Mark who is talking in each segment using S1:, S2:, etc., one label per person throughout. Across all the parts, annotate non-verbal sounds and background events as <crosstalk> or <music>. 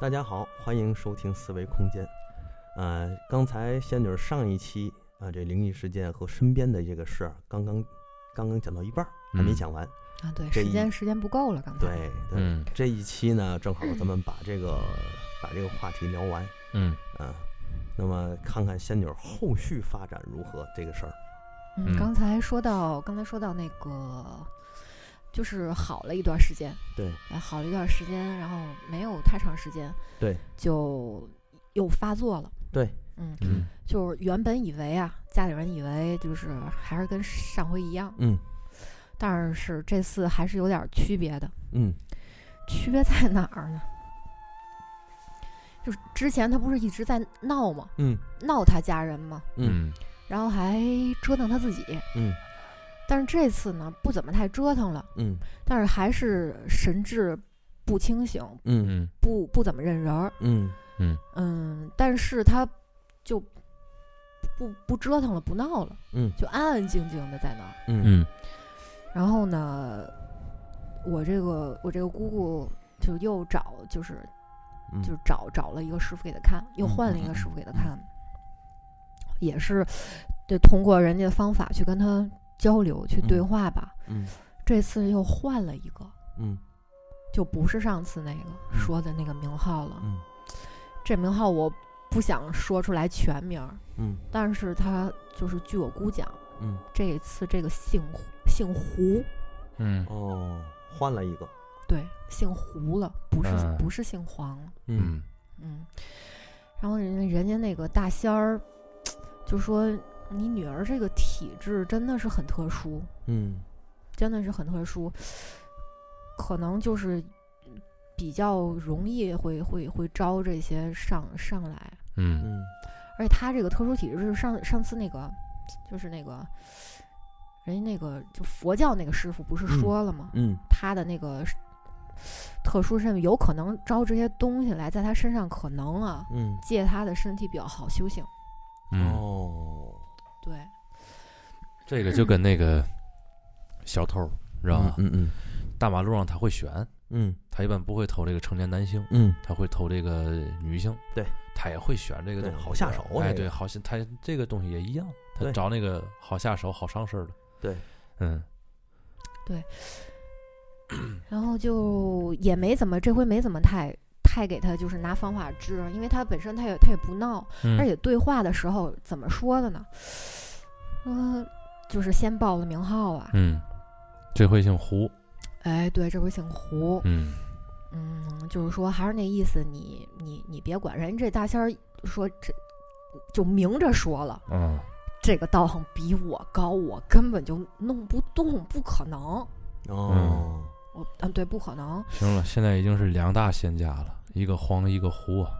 S1: 大家好，欢迎收听思维空间。呃，刚才仙女上一期啊、这灵异事件和身边的这个事儿，刚刚刚刚讲到一半儿，还没
S2: 嗯
S1: 讲完。
S3: 啊，对，
S1: 这
S3: 时
S1: 一
S3: 间时间不够了，刚才
S1: 对对、
S2: 嗯
S1: 这一期呢，正好咱们把这个把这个话题聊完
S2: 嗯
S1: 啊。那么看看仙女后续发展如何这个事儿，
S3: 嗯，
S2: 嗯
S3: 刚才说到，刚才说到那个，就是好了一段时间，
S1: 对
S3: 哎，好了一段时间，然后没有太长时间，
S1: 对，
S3: 就又发作了。
S1: 对，
S3: 嗯，
S2: 嗯
S3: 就是原本以为啊，家里人以为就是还是跟上回一样，
S1: 嗯
S3: 但是这次还是有点区别的。
S1: 嗯
S3: 区别在哪儿呢？就是之前他不是一直在闹吗？
S1: 嗯
S3: 闹他家人吗？
S2: 嗯
S3: 然后还折腾他自己。
S1: 嗯
S3: 但是这次呢，不怎么太折腾了，
S1: 嗯
S3: 但是还是神志不清醒，
S1: 嗯
S2: 嗯
S3: 不不怎么认人儿。
S1: 嗯
S3: 嗯，但是他就不不折腾了，不闹了，
S1: 嗯
S3: 就安安静静的在那儿。
S1: 嗯
S2: 嗯
S3: 然后呢，我这个我这个姑姑就又找，就是
S1: 嗯，
S3: 就是找找了一个师傅给他看，又
S1: 嗯
S3: 换了
S1: 嗯
S3: 一
S1: 嗯
S3: 个师傅给他看，也是就通过人家的方法去跟他交流去对
S1: 嗯
S3: 话吧。
S1: 嗯
S3: 这次又换了一个，
S1: 嗯
S3: 就不是上次那个
S1: 嗯
S3: 说的那个名号了。
S1: 嗯
S3: 这名号我不想说出来全名儿，
S1: 嗯
S3: 但是他就是据我姑讲，
S1: 嗯
S3: 这一次这个姓胡姓胡，
S2: 嗯
S1: 哦，换了一个，
S3: 对，姓胡了，不是、
S1: 哎
S2: 嗯
S3: 不是姓黄了，
S2: 嗯
S3: 嗯。然后人家人家那个大仙儿就说：“你女儿这个体质真的是很特殊，
S1: 嗯
S3: 真的是很特殊，可能就是比较容易会会会招这些上上来，
S2: 嗯
S1: 嗯
S3: 而且他这个特殊体质是上上次那个，就是那个人家那个就佛教那个师傅不是
S1: 嗯
S3: 说了吗？
S1: 嗯
S3: 他的那个是特殊身份有可能招这些东西来，在他身上可能啊
S1: 嗯
S3: 借他的身体比较好修行，
S2: 嗯，
S1: 哦，
S3: 对，
S2: 这个就跟那个小偷知道吧？
S1: 嗯嗯
S2: 大马路上他会选，
S1: 嗯
S2: 他一般不会偷这个成年男性，
S1: 嗯
S2: 他会偷这个女性。
S1: 对，
S2: 他也会选这个
S1: 对
S2: 东西，
S1: 好下手啊
S2: 哎，
S1: 这个
S2: 对，好像他这个东西也一样，他
S1: 对
S2: 找那个好下手、好上身的。
S1: 对，
S2: 嗯
S3: 然后就也没怎么，这回没怎么太太给他就是拿方法治，因为他本身他也他也不闹，
S2: 嗯，
S3: 而且对话的时候怎么说的呢？嗯、就是先报了名号啊，
S2: 嗯，这回姓胡，
S3: 哎，对，这回姓胡，
S2: 嗯
S3: 嗯，就是说还是那意思，你你你别管人这大仙儿说这就明着说了，
S2: 啊
S3: 这个道行比我高，我根本就弄不动，不可能。
S1: 哦，
S3: 我嗯，对，不可能。
S2: 行了，现在已经是两大仙家了，一个黄，一个胡啊，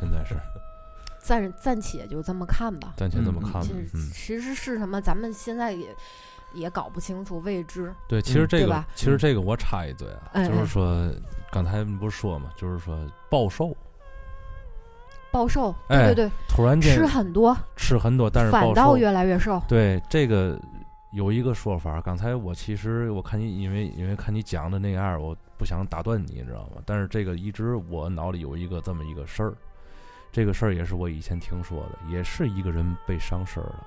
S2: 现在是，
S3: 暂暂且就这么看吧。
S2: 暂且这么看吧
S3: 其。实
S2: 嗯，
S3: 其实是什么，咱们现在也也搞不清楚未知。
S2: 对，其实这
S3: 嗯对
S2: 个
S3: 吧，
S2: 其实这个我插一嘴啊，
S3: 嗯
S2: 就是
S3: 嗯
S2: 说刚才你不是说嘛，就是说暴瘦，
S3: 暴瘦，
S2: 哎
S3: 对对
S2: 突然
S3: 对，
S2: 间
S3: 吃很多，
S2: 吃很多，但是
S3: 反
S2: 暴
S3: 倒
S2: 瘦，
S3: 越来越瘦。
S2: 对这个有一个说法，刚才我其实我看你，因为因为看你讲的那样儿，我不想打断你，你知道吗？但是这个一直我脑里有一个这么一个事儿，这个事儿也是我以前听说的，也是一个人被伤身儿了，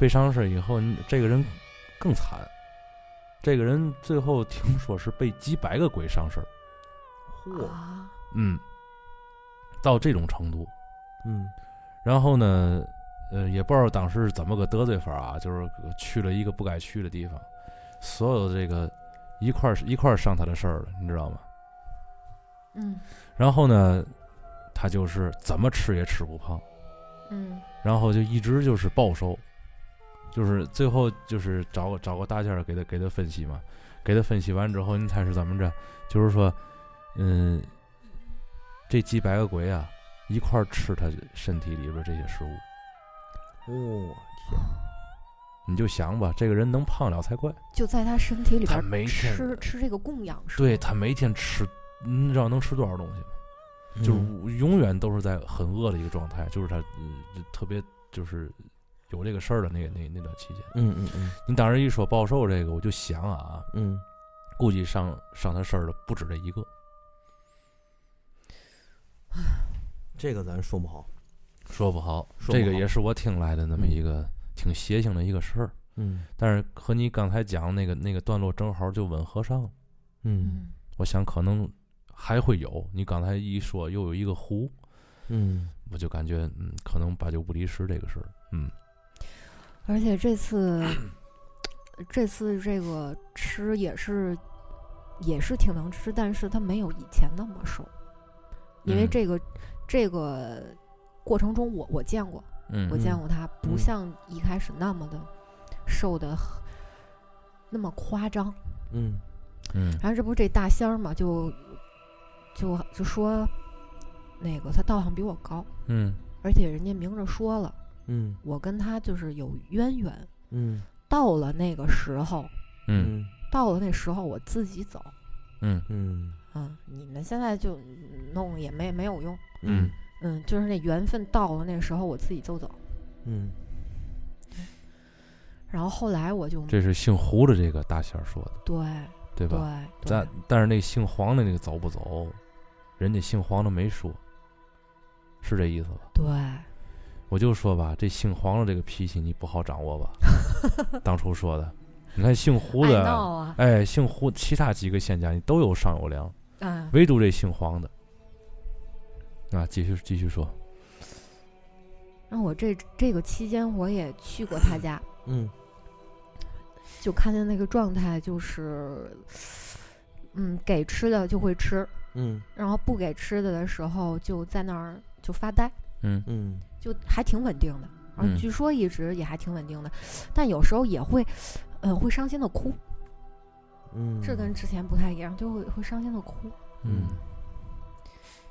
S2: 被伤身儿以后，你这个人更惨，这个人最后听说是被几百个鬼伤身儿，
S1: 嚯，
S3: 啊，
S2: 嗯，到这种程度，
S1: 嗯
S2: 然后呢，呃，也不知道当时是怎么个得罪法啊，就是去了一个不该去的地方，所有的这个一块儿一块儿上他的事儿了，你知道吗？
S3: 嗯
S2: 然后呢，他就是怎么吃也吃不胖，
S3: 嗯
S2: 然后就一直就是暴瘦，就是最后就是找个找个大件儿给他给他分析嘛，给他分析完之后，你猜是怎么着？就是说，嗯，这几百个鬼啊，一块儿吃他身体里边这些食物。
S1: 哦，
S2: 你就想吧，这个人能胖了才怪。
S3: 就在他身体里
S2: 他
S3: 边
S2: 每天
S3: 吃吃这个供养是
S2: 对
S3: 吧
S2: 他每天吃，你知道能吃多少东西吗？
S1: 天，
S2: 就是我永远都是在很饿的一个状态，就是他、呃就特别就是有这个事儿的那个那那段期间。
S1: 嗯嗯嗯
S2: 你当时一说暴瘦这个，我就想啊，
S1: 嗯
S2: 估计上上他身儿的不止这一个。
S1: 这个咱说不好。
S2: 说不好，
S1: 说
S2: 这
S1: 不
S2: 个
S1: 好
S2: 也是我听来的那么一个、挺邪性的一个事儿，
S1: 嗯
S2: 但是和你刚才讲那个那个段落正好就吻合上了。
S1: 嗯
S3: 嗯
S2: 我想可能还会有，你刚才一说又有一个湖，
S1: 嗯
S2: 我就感觉嗯，可能八九不离十这个事儿，嗯，
S3: 而且这次这次这个吃也是也是挺能吃，但是它没有以前那么瘦，因为
S2: 嗯
S3: 这个、这个过程中我我见过，
S2: 嗯
S3: 我见过它不
S1: 嗯
S3: 像一开始那么的瘦的那么夸张。
S1: 嗯
S2: 嗯
S3: 然后这不是这大仙儿嘛，就就就说那个他道行比我高，
S2: 嗯
S3: 而且人家明着说了，
S1: 嗯
S3: 我跟他就是有渊源。
S1: 嗯
S3: 到了那个时候，
S2: 嗯
S3: 到了那时候我自己走。
S2: 嗯
S1: 嗯
S3: 嗯，你们现在就弄也没没有用。
S2: 嗯
S1: 嗯
S3: 嗯，就是那缘分到了那时候，我自己就走。
S1: 嗯
S3: 然后后来我就
S2: 这是姓胡的这个大仙儿说的，
S3: 对
S2: 对
S3: 对
S2: 吧？
S3: 对
S2: 咱，但是那姓黄的那个走不走，人家姓黄的没说，是这意思吧？
S3: 对，
S2: 我就说吧，这姓黄的这个脾气你不好掌握吧？
S3: <laughs>
S2: 当初说的，你看姓胡
S3: 爱
S2: 的，
S3: 闹啊，
S2: 哎，姓胡，其他几个仙家你都有商有量，
S3: 嗯，
S2: 唯独这姓黄的，啊，继续继续说，
S3: 然后我这这个期间我也去过他
S2: <laughs>
S3: 家，
S1: 嗯
S3: 就看见那个状态就是，嗯，给吃的就会吃，
S1: 嗯
S3: 然后不给吃的的时候就在那儿就发呆，
S2: 嗯
S1: 嗯
S3: 就还挺稳定的。然
S2: 嗯
S3: 后据说一直也还挺稳定的，但有时候也会，嗯、会伤心的哭，
S1: 嗯，
S3: 这跟之前不太一样，就会会伤心的哭。
S2: 嗯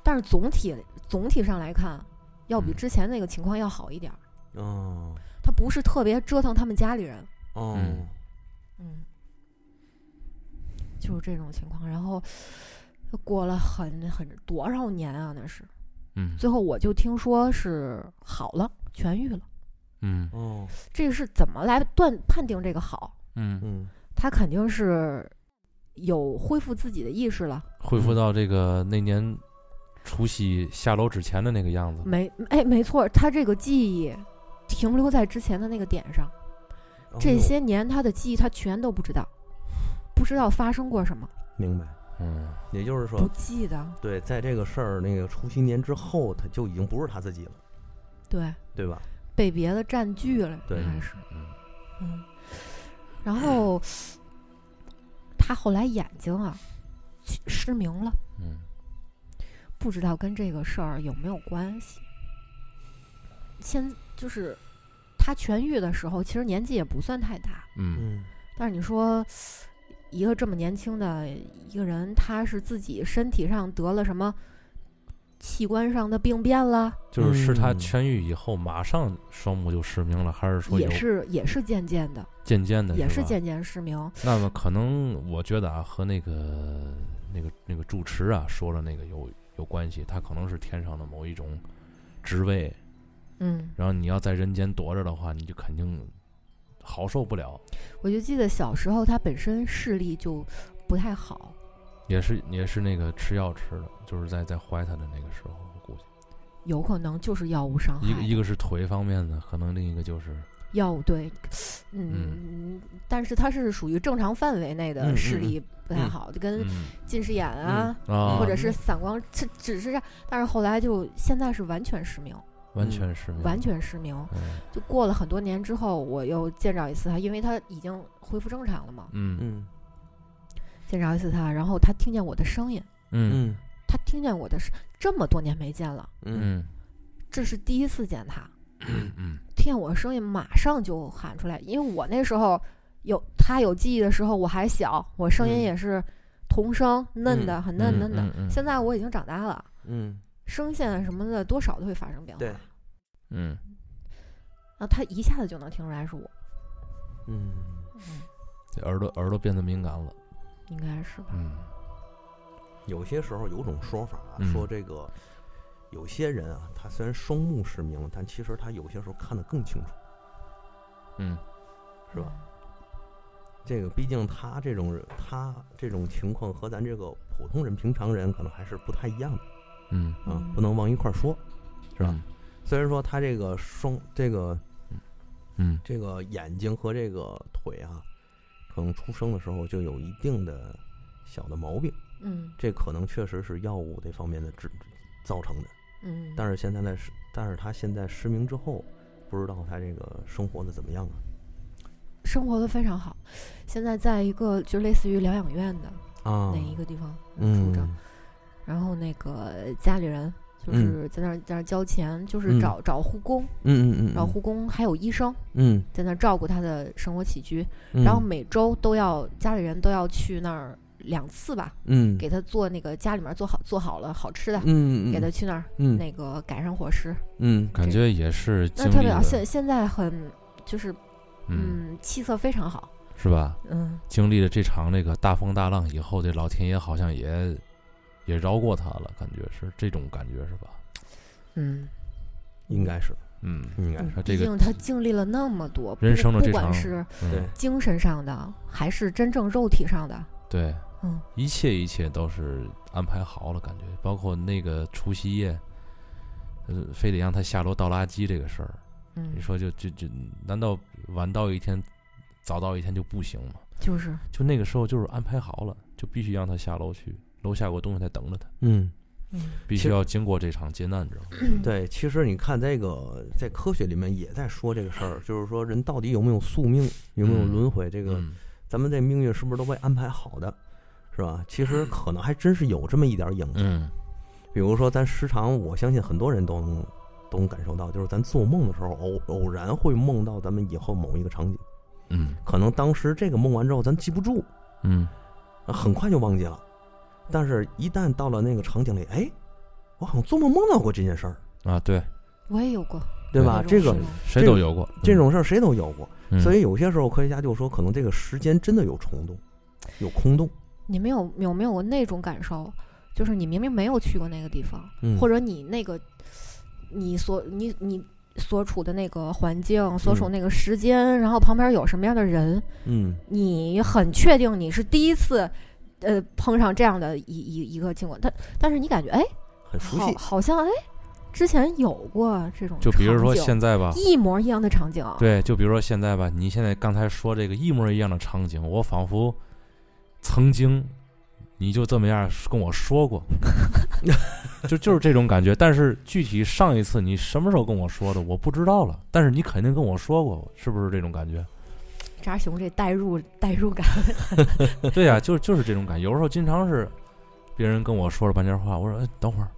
S3: 但是总体总体上来看，要比
S2: 嗯
S3: 之前那个情况要好一点儿。
S1: 哦
S3: 他不是特别折腾他们家里人，
S1: 哦
S2: 嗯
S3: 嗯，就是这种情况。然后过了很很多少年啊，那是
S2: 嗯
S3: 最后我就听说是好了，痊愈了。
S2: 嗯
S1: 哦
S3: 这是怎么来断判定这个好？
S2: 嗯，
S1: 嗯
S3: 他肯定是有恢复自己的意识了，
S2: 恢复到这个那年除夕下楼之前的那个样子，
S3: 没哎，没错，他这个记忆停留在之前的那个点上。
S1: 哦
S3: 这些年他的记忆他全都不知道，不知道发生过什么，
S1: 明白。
S2: 嗯
S1: 也就是
S3: 不
S1: 说，
S3: 记得。
S1: 对，在这个事儿那个除夕年之后，他就已经不是他自己了，
S3: 对，
S1: 对吧？
S3: 被别的占据了，
S1: 对
S3: 还是
S2: 嗯
S3: 嗯。然后他后来眼睛啊去失明了，
S2: 嗯
S3: 不知道跟这个事儿有没有关系。现就是他痊愈的时候，其实年纪也不算太大，
S2: 嗯
S1: 嗯
S3: 但是你说一个这么年轻的一个人，他是自己身体上得了什么器官上的病变了，
S2: 就是是他
S1: 嗯
S2: 痊愈以后马上双目就失明了，还是说有
S3: 也是也是渐渐的，
S2: 渐渐的，
S3: 也
S2: 是
S3: 是
S2: 吧
S3: 渐渐失明。
S2: 那么可能我觉得啊，和那个那个那个住持啊说了那个有有关系，他可能是天上的某一种职位，
S3: 嗯，
S2: 然后你要在人间躲着的话，你就肯定好受不了，
S3: 我就记得小时候他本身视力就不太好，
S2: 也是也是那个吃药吃的，就是在在怀他的那个时候，我估计
S3: 有可能就是药物伤害
S2: 一个一个是腿方面的，可能另一个就是
S3: 药物对，嗯，但是它是属于正常范围内的
S1: 嗯
S3: 视
S1: 嗯
S3: 力不太
S1: 嗯
S3: 好，就跟
S2: 嗯
S3: 近视眼啊，
S2: 啊，
S3: 或者是散光，这只是这样。但是后来就现在是完全失明，
S2: 完全失明，
S3: 完全失明。
S2: 嗯
S3: 就过了很多年之后，我又见着一次他，因为他已经恢复正常了嘛，
S2: 嗯
S1: 嗯
S3: 见着一次他，然后他听见我的声音，
S2: 嗯
S1: 嗯
S3: 他听见我的声，这么多年没见了，
S1: 嗯
S2: 嗯
S3: 这是第一次见他。
S2: 嗯
S3: 听见我的声音，马上就喊出来，因为我那时候有他有记忆的时候，我还小，我声音
S1: 嗯
S3: 也是童声，嫩的，
S1: 嗯
S3: 很嫩
S2: 嗯
S3: 嫩的。
S2: 嗯嗯
S3: 现在我已经长大了，
S1: 嗯
S3: 声线什么的多少都会发生变化。
S1: 对
S2: 嗯
S3: 然后他一下子就能听出来是我，
S1: 嗯
S3: 嗯，
S2: 嗯，耳朵耳朵变得敏感了，
S3: 应该是吧？
S2: 嗯
S1: 有些时候有种说法啊，
S2: 嗯
S1: 说这个有些人啊，他虽然双目失明，但其实他有些时候看得更清楚，
S2: 嗯。
S1: 是吧？这个毕竟他这种人，他这种情况和咱这个普通人、平常人可能还是不太一样的
S2: 嗯
S1: 啊
S3: 嗯，
S1: 不能往一块儿说。是
S3: 啊
S1: 吧？虽然说他这个双这个
S2: 嗯？
S1: 这个眼睛和这个腿啊，可能出生的时候就有一定的小的毛病，
S3: 嗯
S1: 这可能确实是药物这方面的制造成的。
S3: 嗯，
S1: 但是现在在失，但是他现在失明之后，不知道他这个生活的怎么样啊了
S3: 生活的非常好，现在在一个就类似于疗养院的
S1: 啊
S3: 那一个地方住
S1: 嗯
S3: 着，然后那个家里人
S2: 嗯
S3: 就是在那儿在那儿交钱，就是
S1: 嗯
S3: 找找护工，
S1: 嗯嗯嗯，
S3: 找护工还有医生
S1: 嗯，
S3: 在那儿照顾他的生活起居，
S1: 嗯
S3: 然后每周都要家里人都要去那儿两次吧，
S1: 嗯
S3: 给他做那个家里面做好做好了好吃的，
S1: 嗯嗯
S3: 给他去那儿
S1: 嗯
S3: 那个改善伙食，
S1: 嗯
S2: 感觉也是经
S3: 那特
S2: 历
S3: 别好。
S2: 了，
S3: 现现在很就是
S2: 嗯，
S3: 嗯气色非常好，
S2: 是吧？
S3: 嗯
S2: 经历了这场那个大风大浪以后，这老天爷好像也也饶过他了，感觉是这种感觉是吧？
S3: 嗯，
S1: 应该是
S2: 嗯，
S1: 应该是
S2: 说这
S3: 毕
S2: 个
S3: 竟他经历了那么多，不
S2: 人生的
S3: 不
S2: 这
S3: 管
S2: 场
S3: 是
S2: 嗯
S1: 对
S3: 精神上的还是真正肉体上的，
S2: 对，
S3: 嗯
S2: 一切一切都是安排好了，感觉包括那个除夕夜，呃，非得让他下楼倒垃圾这个事儿，
S3: 嗯
S2: 你，说就就就，难道晚到一天，早到一天就不行吗？
S3: 就是
S2: 就那个时候就是安排好了，就必须让他下楼去，楼下有个东西在等着他，
S1: 嗯。
S3: 嗯
S2: 必
S1: 其
S2: 须
S1: 实
S2: 要经过这场劫难，你知道吗？
S1: 对，其实你看这个，在科学里面也在说这个事儿，就是说人到底有没有宿命，有没有
S2: 嗯
S1: 轮回，这个
S2: 嗯
S1: 咱们这命运是不是都被安排好的，是吧？其实
S3: 嗯
S1: 可能还真是有这么一点儿影子。
S2: 嗯
S1: 比如说，咱时常，我相信很多人都能都能感受到，就是咱做梦的时候，偶偶然会梦到咱们以后某一个场景，
S2: 嗯
S1: 可能当时这个梦完之后，咱记不住，
S2: 嗯，
S1: 呃很快就忘记了。但是，一旦到了那个场景里，哎，我好像做梦梦到过这件事儿，
S2: 啊，对，
S3: 我也有过
S1: 对吧？
S3: 那
S1: 这个
S3: 种时候
S2: 谁
S1: 这
S2: 都
S1: 种
S2: 有过嗯
S1: 这种事儿谁都有过。所以
S2: 以
S1: 有些时候科学家就说，可能这个时间真的有虫洞，有空洞，
S3: 你们有有没有过那种感受？就是你明明没有去过那个地方，
S1: 嗯
S3: 或者你那个你所你你所处的那个环境，所处
S1: 嗯
S3: 那个时间，然后旁边有什么样的人，
S1: 嗯
S3: 你很确定你是第一次。呃，碰上这样的一一一个情况，但但是你感觉哎，
S1: 很熟
S3: 好
S1: 悉，
S3: 好像哎，之前有过这种
S2: 就比如说
S3: 场景
S2: 现在吧，
S3: 一模一样的场景，啊
S2: 对，就比如说现在吧，你现在刚才说这个一模一样的场景，我仿佛曾经你就这么样跟我说过， <laughs> 就就是这种感觉。但是具体上一次你什么时候跟我说的，我不知道了。但是你肯定跟我说过，是不是这种感觉？ <laughs>
S3: 扎熊这代入代入感，
S2: 对呀、就就是这种感觉。有时候经常是别人跟我说了半天话，我说：“哎，等会儿，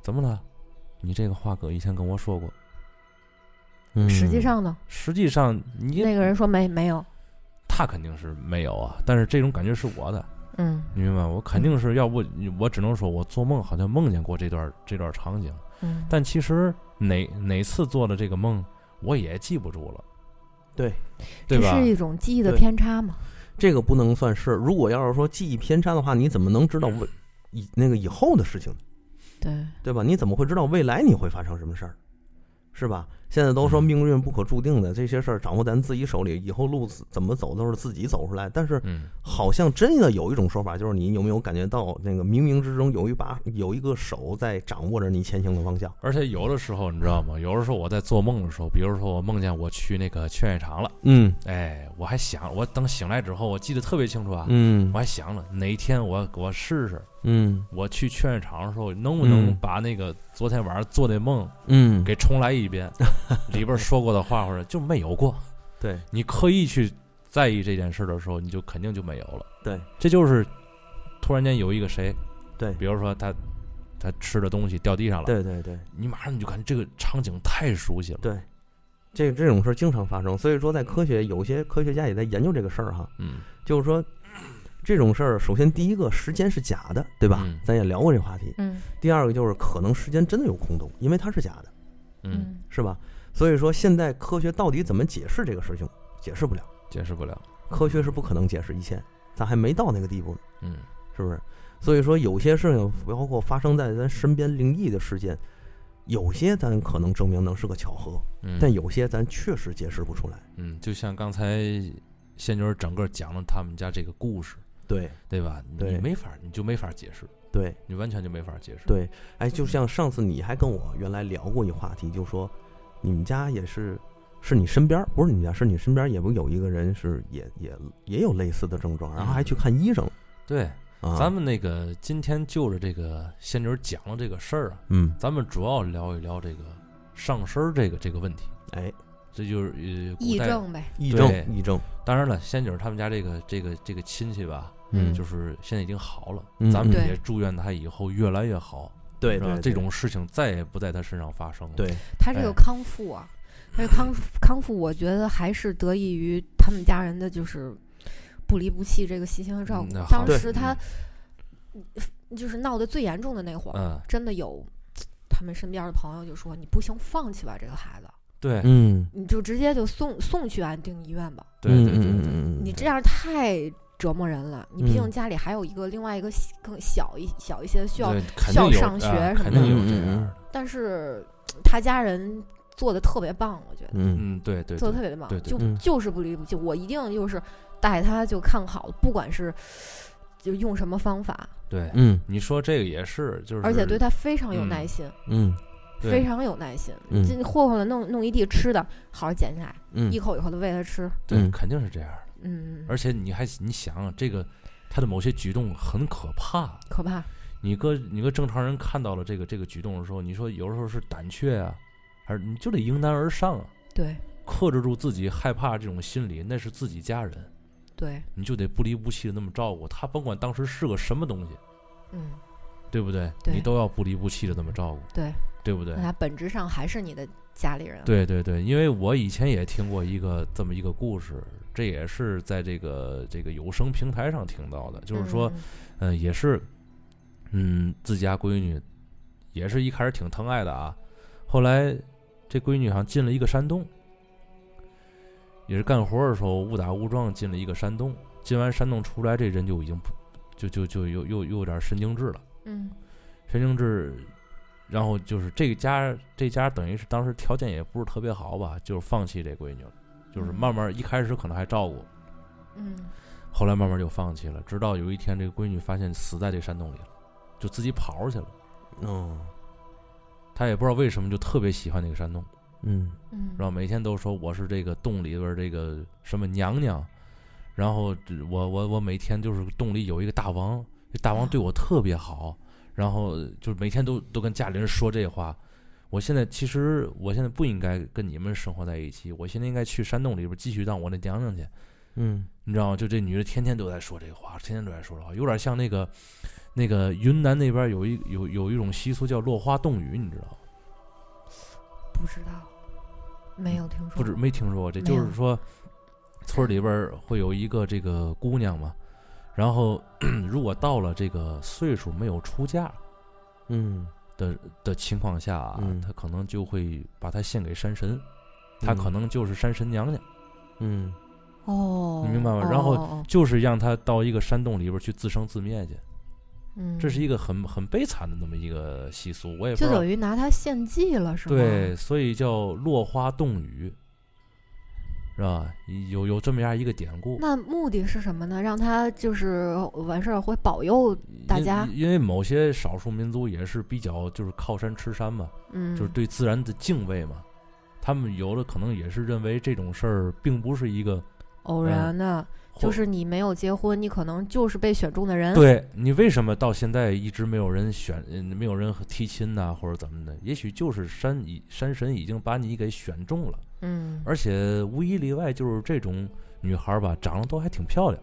S2: 怎么了？你这个话哥以前跟我说过。
S1: 嗯
S3: 实际，上呢，”
S2: 实际上你也
S3: 那个人说没没有，
S2: 他肯定是没有啊，但是这种感觉是我的。
S3: 嗯
S2: 你明白吗？我肯定是要不，我只能说我做梦好像梦见过这段这段场景，
S3: 嗯，
S2: 但其实哪哪次做的这个梦，我也记不住了，
S1: 对，
S2: 对
S3: 这
S2: 吧？
S3: 是一种记忆的
S1: 对
S3: 偏差嘛？
S1: 这个不能算是。如果要是说记忆偏差的话，你怎么能知道未以那个以后的事情呢，
S3: 对，
S1: 对吧？你怎么会知道未来你会发生什么事儿，是吧？现在都说
S2: 嗯
S1: 命运不可注定的，这些事儿掌握咱自己手里，以后路子怎么走都是自己走出来。但是
S2: 嗯，
S1: 好像真的有一种说法，就是你有没有感觉到那个冥冥之中有一把有一个手在掌握着你前行的方向？
S2: 而且有的时候你知道吗？有的时候我在做梦的时候，比如说我梦见我去那个劝业场了，
S1: 嗯
S2: 哎，我还想，我等醒来之后，我记得特别清楚啊，
S1: 嗯
S2: 我还想了哪一天我我试试，
S1: 嗯
S2: 我去劝业场的时候，能不能
S1: 嗯
S2: 把那个昨天晚上做那梦
S1: 嗯
S2: 给重来
S1: <laughs>
S2: 一遍，里边说过的话或者就没有过。
S1: 对
S2: 你刻意去在意这件事的时候，你就肯定就没有了。
S1: 对，
S2: 这就是突然间有一个谁，
S1: 对
S2: 比如说他他吃的东西掉地上了，
S1: 对对对
S2: 你马上你就感觉这个场景太熟悉了。
S1: 对，这这种事儿经常发生，所以说在科学有些科学家也在研究这个事儿哈，
S2: 嗯
S1: 就是说这种事儿，首先第一个时间是假的，对吧？
S2: 嗯
S1: 咱也聊过这话题。
S3: 嗯
S1: 第二个就是可能时间真的有空洞，因为它是假的，
S2: 嗯，，
S1: 是吧？所以说现在科学到底怎么解释这个事情，解释不了，
S2: 解释不了。
S1: 科学是不可能解释一切，咱还没到那个地步呢。
S2: 嗯
S1: 是不是？所以说，有些事情，包括发生在咱身边灵异的事件，有些咱可能证明能是个巧合，
S2: 嗯，
S1: 但有些咱确实解释不出来。
S2: 嗯，就像刚才仙女儿整个讲了他们家这个故事，
S1: 对
S2: 对吧？你
S1: 对
S2: 没法，你就没法解释，
S1: 对
S2: 你完全就没法解释。
S1: 对，哎，就像上次你还跟我原来聊过一话题，就说你们家也是，是你身边儿不是你们家，是你身边儿也不有一个人是也也也有类似的症状，然后还去看医生了
S2: 对，
S1: 啊。
S2: 咱们那个今天就着这个仙女儿讲了这个事儿啊，
S1: 嗯，
S2: 咱们主要聊一聊这个上身儿这个这个问题。
S1: 哎，
S2: 这就是呃，古
S3: 癔
S2: 代。
S3: 症呗，
S1: 癔
S2: 对
S1: 症，癔症，
S2: 当然了，仙女儿他们家这个这个这个亲戚吧，
S1: 嗯
S2: 就是现在已经好了，
S1: 嗯
S2: 咱们
S3: 对
S2: 也祝愿他以后越来越好，
S1: 对
S2: 是吧
S1: 对，
S2: 这种事情再也不在他身上发生了。
S1: 对，
S3: 他这
S2: 哎
S3: 个康复啊，他这个康复康复，我觉得还是得益于他们家人的就是不离不弃这个细心和照
S2: 嗯
S3: 顾
S2: 那。好
S3: 当
S1: 对
S3: 时他就是闹得最严重的那会儿，
S2: 嗯，
S3: 真的有他们身边的朋友就说：“你不行，放弃吧，这个孩子，
S2: 对，
S1: 嗯，
S3: 你就直接就送送去安定医院吧，
S2: 对
S1: 嗯
S2: 对对
S1: 嗯
S2: 对
S1: 嗯嗯
S3: 你
S1: 嗯
S3: 这样太折磨人了。你毕
S1: 嗯
S3: 竟家里还有一个另外一个细更小一小一些的需要
S2: 对，肯定有
S3: 上学
S2: 啊
S3: 什么
S2: 肯定有
S1: 的
S2: 这样
S1: 嗯嗯
S2: 的。
S3: 但是他家人做的特别棒，我觉得。”
S1: 嗯
S2: 嗯，对对
S3: 做
S2: 对
S3: 的特别的棒，
S2: 对对
S3: 就、
S1: 嗯
S3: 就是不离不弃。我一定就是带他就看好，不管是就用什么方法，
S2: 对，
S1: 嗯
S2: 你说这个也是，就是
S3: 而且对他非常有耐
S2: 嗯
S3: 心，
S1: 嗯
S2: 对
S3: 非常有耐心。
S1: 嗯
S3: 这霍霍了弄弄一地吃的，好好捡起来，
S1: 嗯
S3: 一，口一口的喂他吃。
S2: 对
S1: 嗯
S2: 肯定是这样的。
S3: 嗯，
S2: 而且你还你想想这个。他的某些举动很可怕，
S3: 可怕。
S2: 你
S3: 嗯
S2: 搁你搁正常人看到了这个这个举动的时候，你说有的时候是胆怯啊，还是你就得迎难而上啊，
S3: 对
S2: 克制住自己害怕这种心理，那是自己家人，
S3: 对，
S2: 你就得不离不弃的那么照顾他，甭管当时是个什么东西，
S3: 嗯，
S2: 对不对？
S3: 对
S2: 你都要不离不弃的那么照顾，
S3: 对，
S2: 对不对
S3: 那？他本质上还是你的家里人。
S2: 对对对，因为我以前也听过一个这么一个故事，这也是在这个这个有声平台上听到的，就是说，
S3: 嗯，
S2: 嗯、也是，嗯，自家闺女也是一开始挺疼爱的啊，后来这闺女好像进了一个山洞，也是干活的时候误打误撞进了一个山洞，进完山洞出来，这人就已经不就就就又又又有点神经质了，
S3: 嗯
S2: 神经质。然后就是这个家，这家等于是当时条件也不是特别好吧，就是放弃这闺女了，就是
S3: 嗯
S2: 慢慢一开始可能还照顾，
S3: 嗯
S2: 后来慢慢就放弃了，直到有一天这个闺女发现死在这山洞里了，就自己跑出去了。
S1: 哦，
S2: 她也不知道为什么就特别喜欢那个山洞，
S1: 嗯
S3: 嗯，
S2: 然后每天都说我是这个洞里边这个什么娘娘，然后这我我我每天就是洞里有一个大王，这大王对我特别好，然后就是每天都都跟家里人说这话。我现在其实我现在不应该跟你们生活在一起，我现在应该去山洞里边继续当我那娘娘去。
S1: 嗯
S2: 你知道吗？就这女的天天都在说这个话，天天都在说这话，有点像那个那个云南那边有一有有一种习俗叫落花冻雨，你知道吗？
S3: 不知道，没有听说过，
S2: 不止没听说过这，
S3: 没有
S2: 就是说村里边儿会有一个这个姑娘嘛，然后 <clears throat> 如果到了这个岁数没有出嫁
S1: 嗯
S2: 的情况下啊，
S1: 嗯
S2: 她可能就会把她献给山神，她
S3: 嗯
S2: 可能就是山神娘娘，
S1: 嗯
S3: 哦，
S2: 你明白吗
S3: 哦
S2: 然后
S3: 哦哦
S2: 就是让她到一个山洞里边儿去自生自灭去。
S3: 嗯，
S2: 这是一个很很悲惨的这么一个习俗，我也不知
S3: 就
S2: 道
S3: 等。于拿他献祭了，是吗？
S2: 对，所以叫落花冻雨，是吧？有有这么样一个典故。
S3: 那目的是什么呢？让他就是完事儿会保佑，大
S2: 因
S3: 家
S2: 因为某些少数民族也是比较就是靠山吃山嘛，
S3: 嗯，
S2: 就是对自然的敬畏嘛。他们有的可能也是认为这种事儿并不是一个，
S3: 偶
S2: 嗯
S3: 然的，
S2: 或
S3: 就是你没有结婚，你可能就是被选中的人。，
S2: 对你为什么到现在一直没有人选，呃没有人提亲呐、或者怎么的？也许就是山已山神已经把你给选中了。
S3: 嗯
S2: 而且无一例外，就是这种女孩儿吧，长得都还挺漂亮，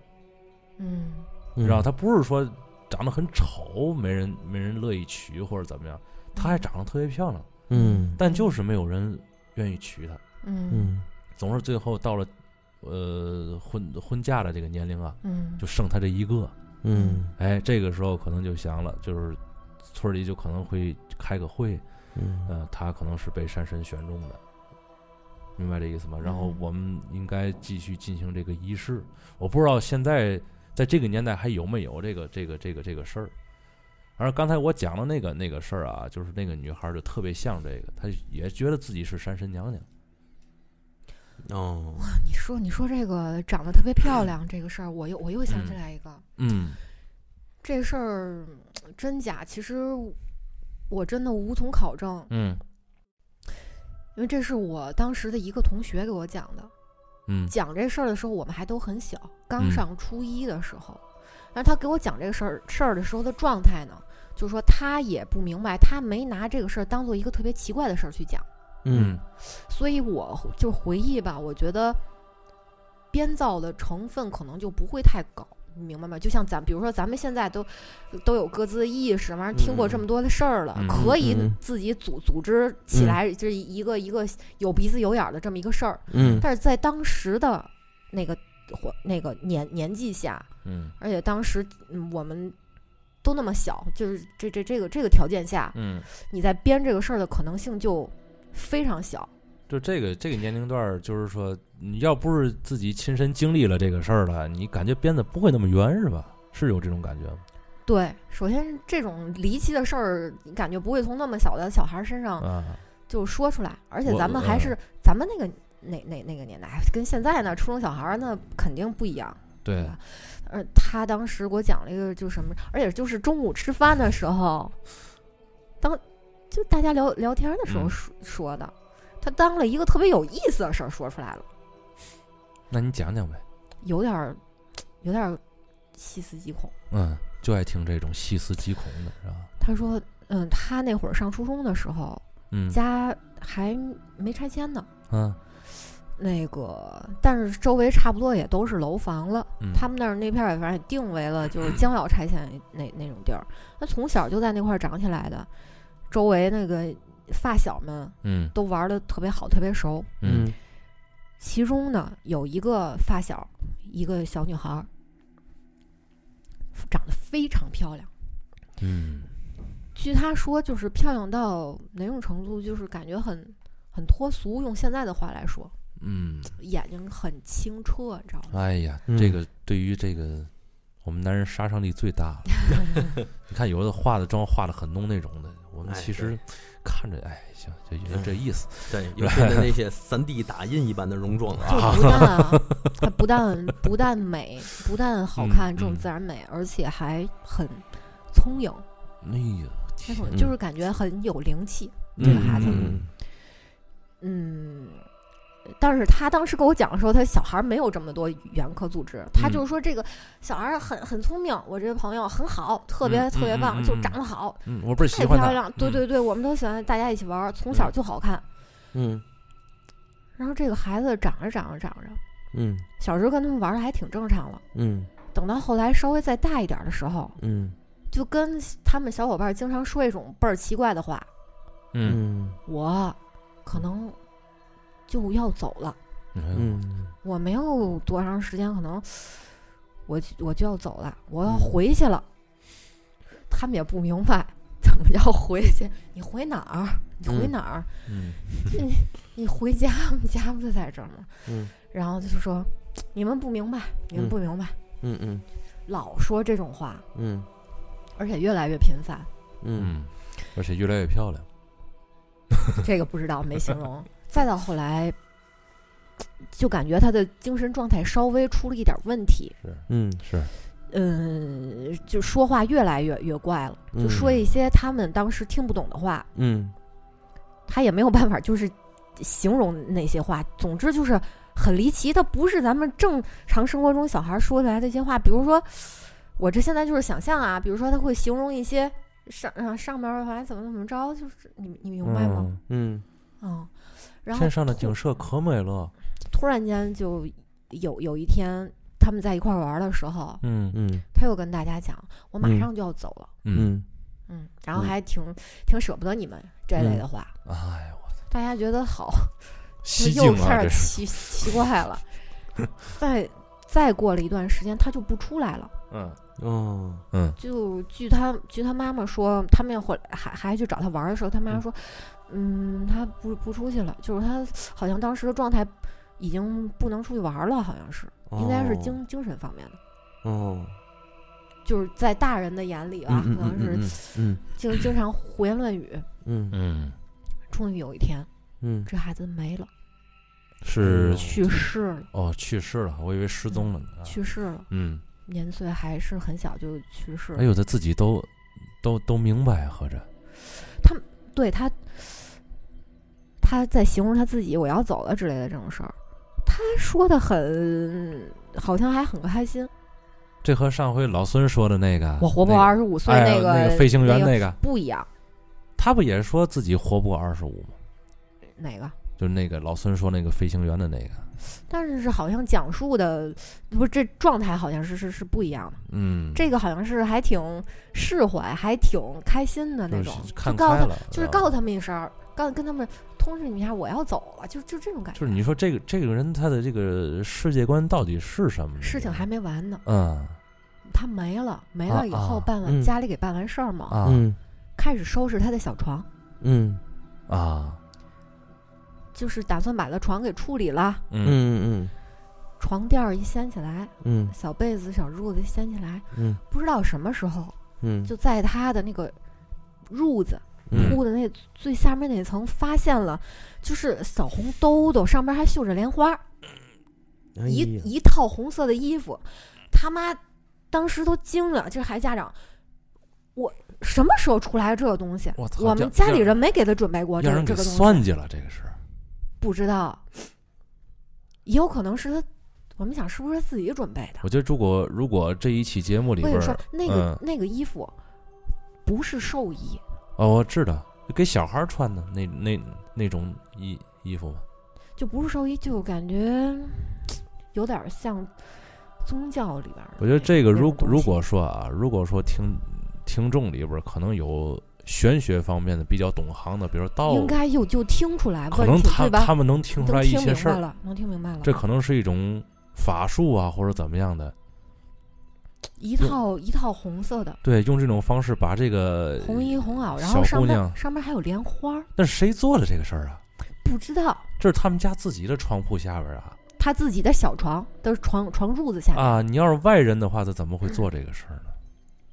S3: 嗯
S1: 嗯，
S2: 你知道？她不是说长得很丑，没人没人乐意娶或者怎么样，她还长得特别漂亮，
S1: 嗯
S2: 但就是没有人愿意娶她，
S3: 嗯
S1: 嗯
S2: 总是最后到了呃婚婚嫁的这个年龄啊，
S3: 嗯，
S2: 就剩她这一个，
S1: 嗯
S2: 哎，这个时候可能就想了，就是村儿里就可能会开个会，
S1: 嗯
S2: 呃，他可能是被山神选中的，明白这意思吗？然后
S3: 嗯
S2: 我们应该继续进行这个仪式。我不知道现在在这个年代还有没有这个这个这个这个事儿。而刚才我讲的那个那个事儿啊，就是那个女孩儿就特别像这个，她也觉得自己是山神娘娘，
S1: 哦，
S3: 你说你说这个长得特别漂亮这个事儿，我又我又想起来一个，
S2: 嗯
S3: 这事儿真假，其实我真的无从考证，
S2: 嗯
S3: 因为这是我当时的一个同学给我讲的。
S2: 嗯
S3: 讲这事儿的时候，我们还都很小，
S2: 嗯
S3: 刚上初一的时候。然后他给我讲这个事儿事儿的时候的状态呢，就是说他也不明白，他没拿这个事儿当做一个特别奇怪的事儿去讲。
S1: 嗯，
S3: 所以我就回忆吧，我觉得编造的成分可能就不会太高，你明白吗？就像咱，比如说咱们现在都都有各自的意识，完了听过这么多的事儿了，
S2: 嗯嗯嗯
S3: 可以
S1: 嗯
S3: 自己组组织起来，这一个一个有鼻子有眼儿的这么一个事儿。
S1: 嗯，
S3: 但是在当时的那个或那个年年纪下，
S2: 嗯
S3: 而且当时嗯我们。都那么小，就是这这这个这个条件下，
S2: 嗯，
S3: 你在编这个事儿的可能性就非常小。
S2: 就这个这个年龄段儿，就是说，你要不是自己亲身经历了这个事儿了，你感觉编的不会那么圆，是吧？是有这种感觉吗？
S3: 对，首先这种离奇的事儿，你感觉不会从那么小的小孩儿身上
S2: 啊，
S3: 就说出来，而且
S2: 我
S3: 咱们还
S2: 嗯
S3: 是咱们那个那那那个年代，跟现在呢初中小孩儿那肯定不一样。
S2: 对，
S3: 而他当时给我讲了一个，就是什么，而且就是中午吃饭的时候，当就大家聊聊天的时候
S2: 嗯
S3: 说、说的，他当了一个特别有意思的事儿说出来了，
S2: 那你讲讲呗。
S3: 有点儿有点儿细思极恐。
S2: 嗯，就爱听这种细思极恐的，是吧？
S3: 他说，嗯，他那会儿上初中的时候，
S2: 嗯
S3: 家还没拆迁呢，
S2: 嗯
S3: 那个但是周围差不多也都是楼房了，
S2: 嗯，
S3: 他们那儿那片儿反正也定为了就是将要拆迁那那种地儿。他从小就在那块儿长起来的，周围那个发小们
S2: 嗯
S3: 都玩的特别好，特别熟。
S2: 嗯
S1: 嗯
S3: 其中呢有一个发小，一个小女孩儿，长得非常漂亮。
S2: 嗯
S3: 据她说，就是漂亮到哪种程度，就是感觉很很脱俗。用现在的话来说，
S2: 嗯，
S3: 眼睛很清澈，你知道吗？
S2: 哎呀，
S1: 嗯
S2: 这个对于这个我们男人杀伤力最大了。
S3: <laughs>
S2: 你看，有的化的妆化的很浓那种的，我们
S1: 哎
S2: 其实看着哎，行，就也就这意思。
S1: 对，尤其是那些三 D 打印一般的容妆啊，
S3: 就不但 <laughs> 啊，它不但不但美，不但好看，
S2: 嗯
S3: 这种
S2: 嗯
S3: 自然美，而且还很聪颖，
S2: 哎呀，
S3: 那
S2: 天
S3: 种
S1: 嗯
S3: 就是感觉很有灵气。
S2: 嗯
S3: 这个孩子
S2: 嗯
S3: 嗯，但是他当时跟我讲的时候，他小孩没有这么多语言可组织，他就是说这个小孩很很聪明，我这个朋友很好，特别
S2: 嗯
S3: 特别棒，
S2: 嗯嗯
S3: 就
S2: 嗯
S3: 长得好，
S2: 嗯，我不是喜
S3: 太
S2: 欢他
S3: 漂，亮，对
S2: 嗯
S3: 对对，我们都喜欢大家一起玩儿，从小就好看。
S1: 嗯
S3: 然后这个孩子长着长着长着，
S1: 嗯
S3: 小时候跟他们玩的还挺正常了。
S1: 嗯
S3: 等到后来稍微再大一点儿的时候，
S1: 嗯
S3: 就跟他们小伙伴经常说一种倍儿奇怪的话，
S2: 嗯
S1: 嗯
S3: 我可能就要走了，
S2: 嗯
S1: 嗯
S3: 我没有多长时间，可能我就我就要走了，我要回去了。他们也不明白怎么叫回去，你回哪儿？你回哪儿？
S2: 嗯
S3: 你回家 <laughs> 吗？家不就在这儿吗？
S1: 嗯
S3: 然后他就说你们不明白，你们不明白，
S1: 嗯嗯
S3: 老说这种话，
S1: 嗯
S3: 而且越来越频繁。
S1: 嗯
S2: 嗯，而且越来越漂亮。
S3: 这个不知道，没形容。 <laughs> 再到后来，就感觉他的精神状态稍微出了一点问题，
S1: 嗯，
S2: 是，
S3: 嗯，就说话越来越越怪了，就
S1: 嗯
S3: 说一些他们当时听不懂的话，
S1: 嗯
S3: 他也没有办法就是形容那些话。总之就是很离奇，他不是咱们正常生活中小孩说出来的一些话，比如说我这现在就是想象啊，比如说他会形容一些上啊上面儿反正怎么怎么着，就是你你明白吗？
S2: 嗯？
S1: 嗯
S3: 嗯，然后
S2: 天上的
S3: 突
S2: 景色可美了。
S3: 突然间就有有一天他们在一块儿玩儿的时候，
S2: 嗯
S1: 嗯
S3: 他又跟大家讲：“我马
S1: 嗯
S3: 上就要走了。
S2: 嗯，
S1: 嗯
S3: 嗯”然后
S1: 嗯
S3: 还挺挺舍不得你们这类的话，
S2: 哎呀，我操
S3: 大家觉得好， <laughs>
S2: 西
S3: 又
S2: 境
S3: 有
S2: 啊，
S3: 点
S2: 这是。
S3: 奇奇怪了。再再过了一段时间，他就不出来了。
S2: 嗯
S1: 哦
S2: 嗯
S3: 就据他据他妈妈说，他们回还还去找他玩儿的时候，他妈说：“嗯，他不不出去了，就是他好像当时的状态已经不能出去玩儿了，好像是应该是精精神方面的。”
S1: 哦，
S3: 就是在大人的眼里吧，啊
S1: 嗯
S3: 可能是
S1: 嗯嗯
S3: 经经常胡言乱语。
S1: 嗯
S2: 嗯，
S3: 终于有一天，
S1: 嗯
S3: 这孩子没了，
S2: 是
S3: 去世了，
S2: 哦，去世了，我以为失踪了呢。啊
S3: 去世了，
S2: 嗯，
S3: 年岁还是很小就去世了。
S2: 哎呦，他自己都都都明白，啊合着
S3: 对他，他在形容他自己“我要走了”之类的这种事儿，他说的很，好像还很开心。
S2: 这和上回老孙说的那个
S3: 我活不
S2: 那
S3: 过
S2: 个
S3: 二十五岁
S2: 哎呀
S3: 个、
S2: 那飞行员
S3: 那
S2: 那个，
S3: 不一样，
S2: 他不也是说自己活不过二十五吗？
S3: 哪个？
S2: 就是那个老孙说那个飞行员的那个，
S3: 但是是好像讲述的不是这状态好像是是是不一样的，
S2: 嗯，
S3: 这个好像是还挺释怀，还挺开心的那
S2: 就
S3: 种，
S2: 是
S3: 就
S2: 看
S3: 告诉
S2: 开
S3: 他，
S2: 了，啊
S3: 就是告诉他们一声儿，告跟他们通知你一下，我要走了，就就这种感觉。
S2: 就是你说这个这个人他的这个世界观到底是什么呢？
S3: 事情还没完呢，
S2: 嗯
S3: 他没了，没
S2: 啊
S3: 了以后
S2: 啊
S3: 办完、
S1: 嗯
S3: 家里给办完事儿嘛，
S2: 啊
S1: 嗯
S3: 开始收拾他的小床，
S1: 嗯
S2: 啊
S3: 就是打算把他床给处理了，
S2: 嗯
S1: 嗯嗯
S3: 床垫儿一掀起来，
S1: 嗯
S3: 小被子、小褥子一掀起来，
S1: 嗯
S3: 不知道什么时候
S1: 嗯，
S3: 就在他的那个褥子
S1: 嗯
S3: 铺的那最下面那层发现了，就是小红兜兜，上面还绣着莲花，
S1: 哎
S3: 一
S1: 呀
S3: 一套红色的衣服，他妈当时都惊了，这还家长，我什么时候出来这个东西？
S2: 我操
S3: 我
S2: 让
S3: 们家里
S2: 让
S3: 人没给他准备过这
S2: 让
S3: 个
S2: 人
S3: 这
S2: 给
S3: 个东西，
S2: 算计了，这个是
S3: 不知道，也有可能是他，我们想是不是自己准备的？
S2: 我觉得如果如果这一期节目里
S3: 我
S2: 边
S3: 跟你
S2: 儿
S3: 说，那个、
S2: 嗯
S3: 那个衣服不是寿衣，
S2: 哦，我知道，给小孩儿穿的那那那种衣衣服嘛，
S3: 就不是寿衣，就感觉有点像宗教里边儿的那。
S2: 我觉得这个
S3: 那种
S2: 如
S3: 东
S2: 如
S3: 西
S2: 果说啊，如果说听听众里边儿可能有玄学方面的比较懂行的，比如道，
S3: 应该有就听出来
S2: 可
S3: 问
S2: 能
S3: 题，
S2: 他
S3: 对吧？
S2: 他们能听出
S3: 能
S2: 来一
S3: 听
S2: 些
S3: 明
S2: 事
S3: 白
S2: 儿，
S3: 了，能听明白了。
S2: 这可能是一种法术啊，或者怎么样的。
S3: 一套一套红色的
S2: 对，用这种方式把这个，
S3: 红衣红袄，然
S2: 呃小
S3: 后
S2: 姑
S3: 上面
S2: 娘
S3: 上面还有莲花儿，
S2: 那是谁做的这个事儿啊？
S3: 不知道
S2: 这是他们家自己的床铺下边儿啊
S3: 他自己的小床的床床褥子下面。
S2: 啊！你要是外人的话，他怎么会做这个事儿呢？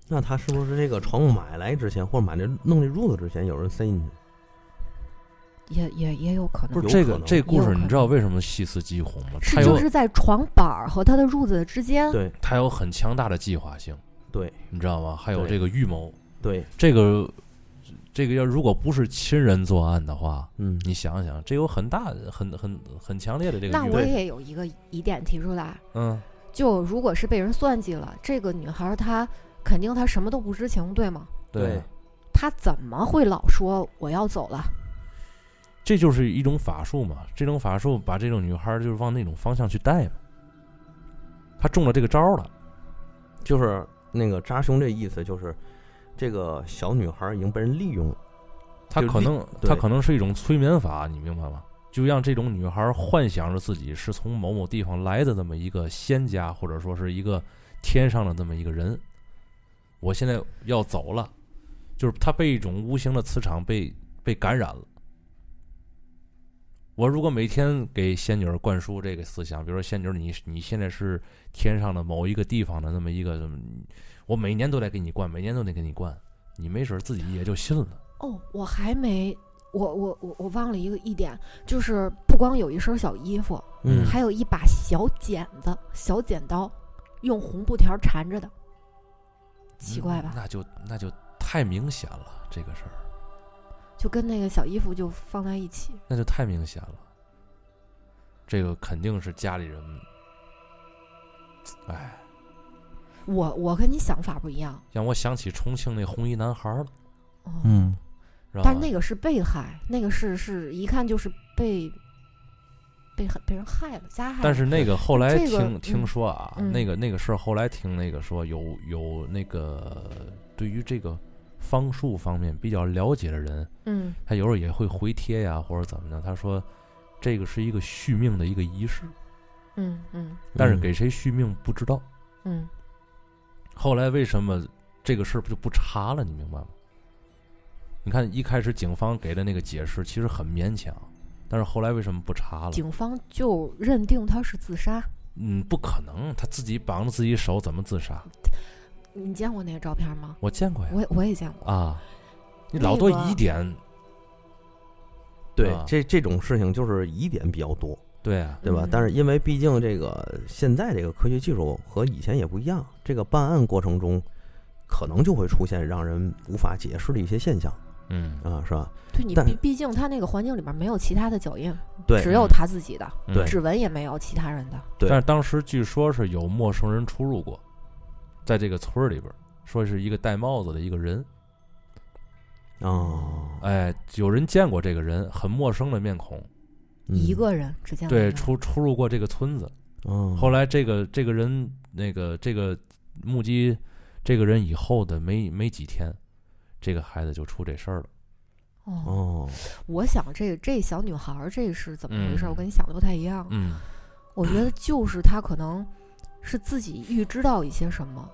S1: 那他是不是这个床铺买来之前，或者买这弄这褥子之前，有人塞进去？
S3: 也也也有可
S1: 不
S3: 能
S1: 是，有
S2: 这
S1: 可
S2: 个
S1: 能
S2: 这故
S3: 有
S2: 事
S3: 可
S2: 你
S3: 能
S2: 知道为什么细思极恐吗？
S3: 是
S2: 它
S3: 就
S2: 有
S3: 是在床板儿和他的褥子之间，
S1: 对
S2: 它有很强大的计划性，
S1: 对
S2: 你知道吗？还有
S1: 对
S2: 这个预谋，
S1: 对，
S2: 这个这个要如果不是亲人作案的话，
S1: 嗯
S2: 你想想，这有很大很很很强烈的这个
S3: 那
S2: 预
S3: 我
S2: 谋，
S3: 也有一个疑点提出来，
S2: 嗯
S3: 就如果是被人算计了，这个女孩儿她肯定她什么都不知情，对吗？
S1: 对，
S3: 她怎么会老说我要走了？
S2: 这就是一种法术嘛，这种法术把这种女孩儿就是往那种方向去带嘛。她中了这个招儿了，
S1: 就是那个扎兄这意思，就是这个小女孩已经被人利用了。
S2: 她
S1: 就
S2: 可
S1: 立
S2: 能
S1: 对
S2: 她可能是一种催眠法，你明白吗？就让这种女孩儿幻想着自己是从某某地方来的这么一个仙家，或者说是一个天上的这么一个人。我现在要走了，就是她被一种无形的磁场被被感染了。我如果每天给仙女儿灌输这个思想，比如说仙女儿，你你现在是天上的某一个地方的那么一个什么，我每年都得给你灌，每年都得给你灌，你没准儿自己也就信了。
S3: 哦，我还没，我我我我忘了一个一点，就是不光有一身小衣服，
S2: 嗯
S3: 还有一把小剪子、小剪刀，用红布条缠着的，奇怪吧？
S2: 那就那就太明显了，这个事儿
S3: 就跟那个小衣服就放在一起，
S2: 那就太明显了。这个肯定是家里人，哎，
S3: 我我跟你想法不一样，
S2: 让我想起重庆那红衣男孩儿了，
S3: 哦，
S1: 嗯，
S2: 知道吧
S3: 但是那个是被害，那个是是一看就是被被害被人害了，加害了，
S2: 但是那个后来
S3: 这
S2: 听、
S3: 个嗯
S2: 听说啊，
S3: 嗯
S2: 那个那个事儿后来听那个说有有那个对于这个方术方面比较了解的人，
S3: 嗯，
S2: 他有时候也会回帖呀或者怎么的，他说这个是一个续命的一个仪式，
S3: 嗯嗯
S2: 但是给谁续命不知道。
S3: 嗯
S2: 后来为什么这个事儿不就不查了？你明白吗？你看一开始警方给的那个解释其实很勉强，但是后来为什么不查了？
S3: 警方就认定他是自杀。
S2: 嗯，不可能，他自己绑着自己手怎么自杀？
S3: 你见过那个照片吗？
S2: 我见过呀
S3: 我也我也见过。
S2: 啊！你
S3: 那
S2: 老多
S3: 个
S2: 疑点，
S1: 对
S2: 啊，
S1: 嗯这这种事情就是疑点比较多。
S2: 对啊，
S1: 对吧？
S3: 嗯
S1: 但是因为毕竟这个现在这个科学技术和以前也不一样，这个办案过程中可能就会出现让人无法解释的一些现象
S2: 嗯，
S1: 啊，是吧？
S3: 对你
S1: 但
S3: 毕毕竟他那个环境里边没有其他的脚印，
S1: 对，
S3: 只有他自己的
S2: 嗯
S1: 对
S3: 指纹也没有其他人的。
S1: 对
S2: 但是当时据说是有陌生人出入过，在这个村儿里边儿，说是一个戴帽子的一个人，
S1: 哦，
S2: 哎，有人见过这个人，很陌生的面孔，
S1: 嗯
S3: 一个人只见了一
S2: 对，
S3: 个
S2: 出出入过这个村子。
S1: 哦，
S2: 后来这个这个人，那个这个目击这个人以后的没没几天，这个孩子就出这事儿了。
S3: 哦，
S1: 哦，
S3: 我想这这小女孩儿这是怎么回事儿？
S2: 嗯
S3: 我跟你想的不太一样。
S2: 嗯，
S3: 我觉得就是她可能是自己预知到一些什么，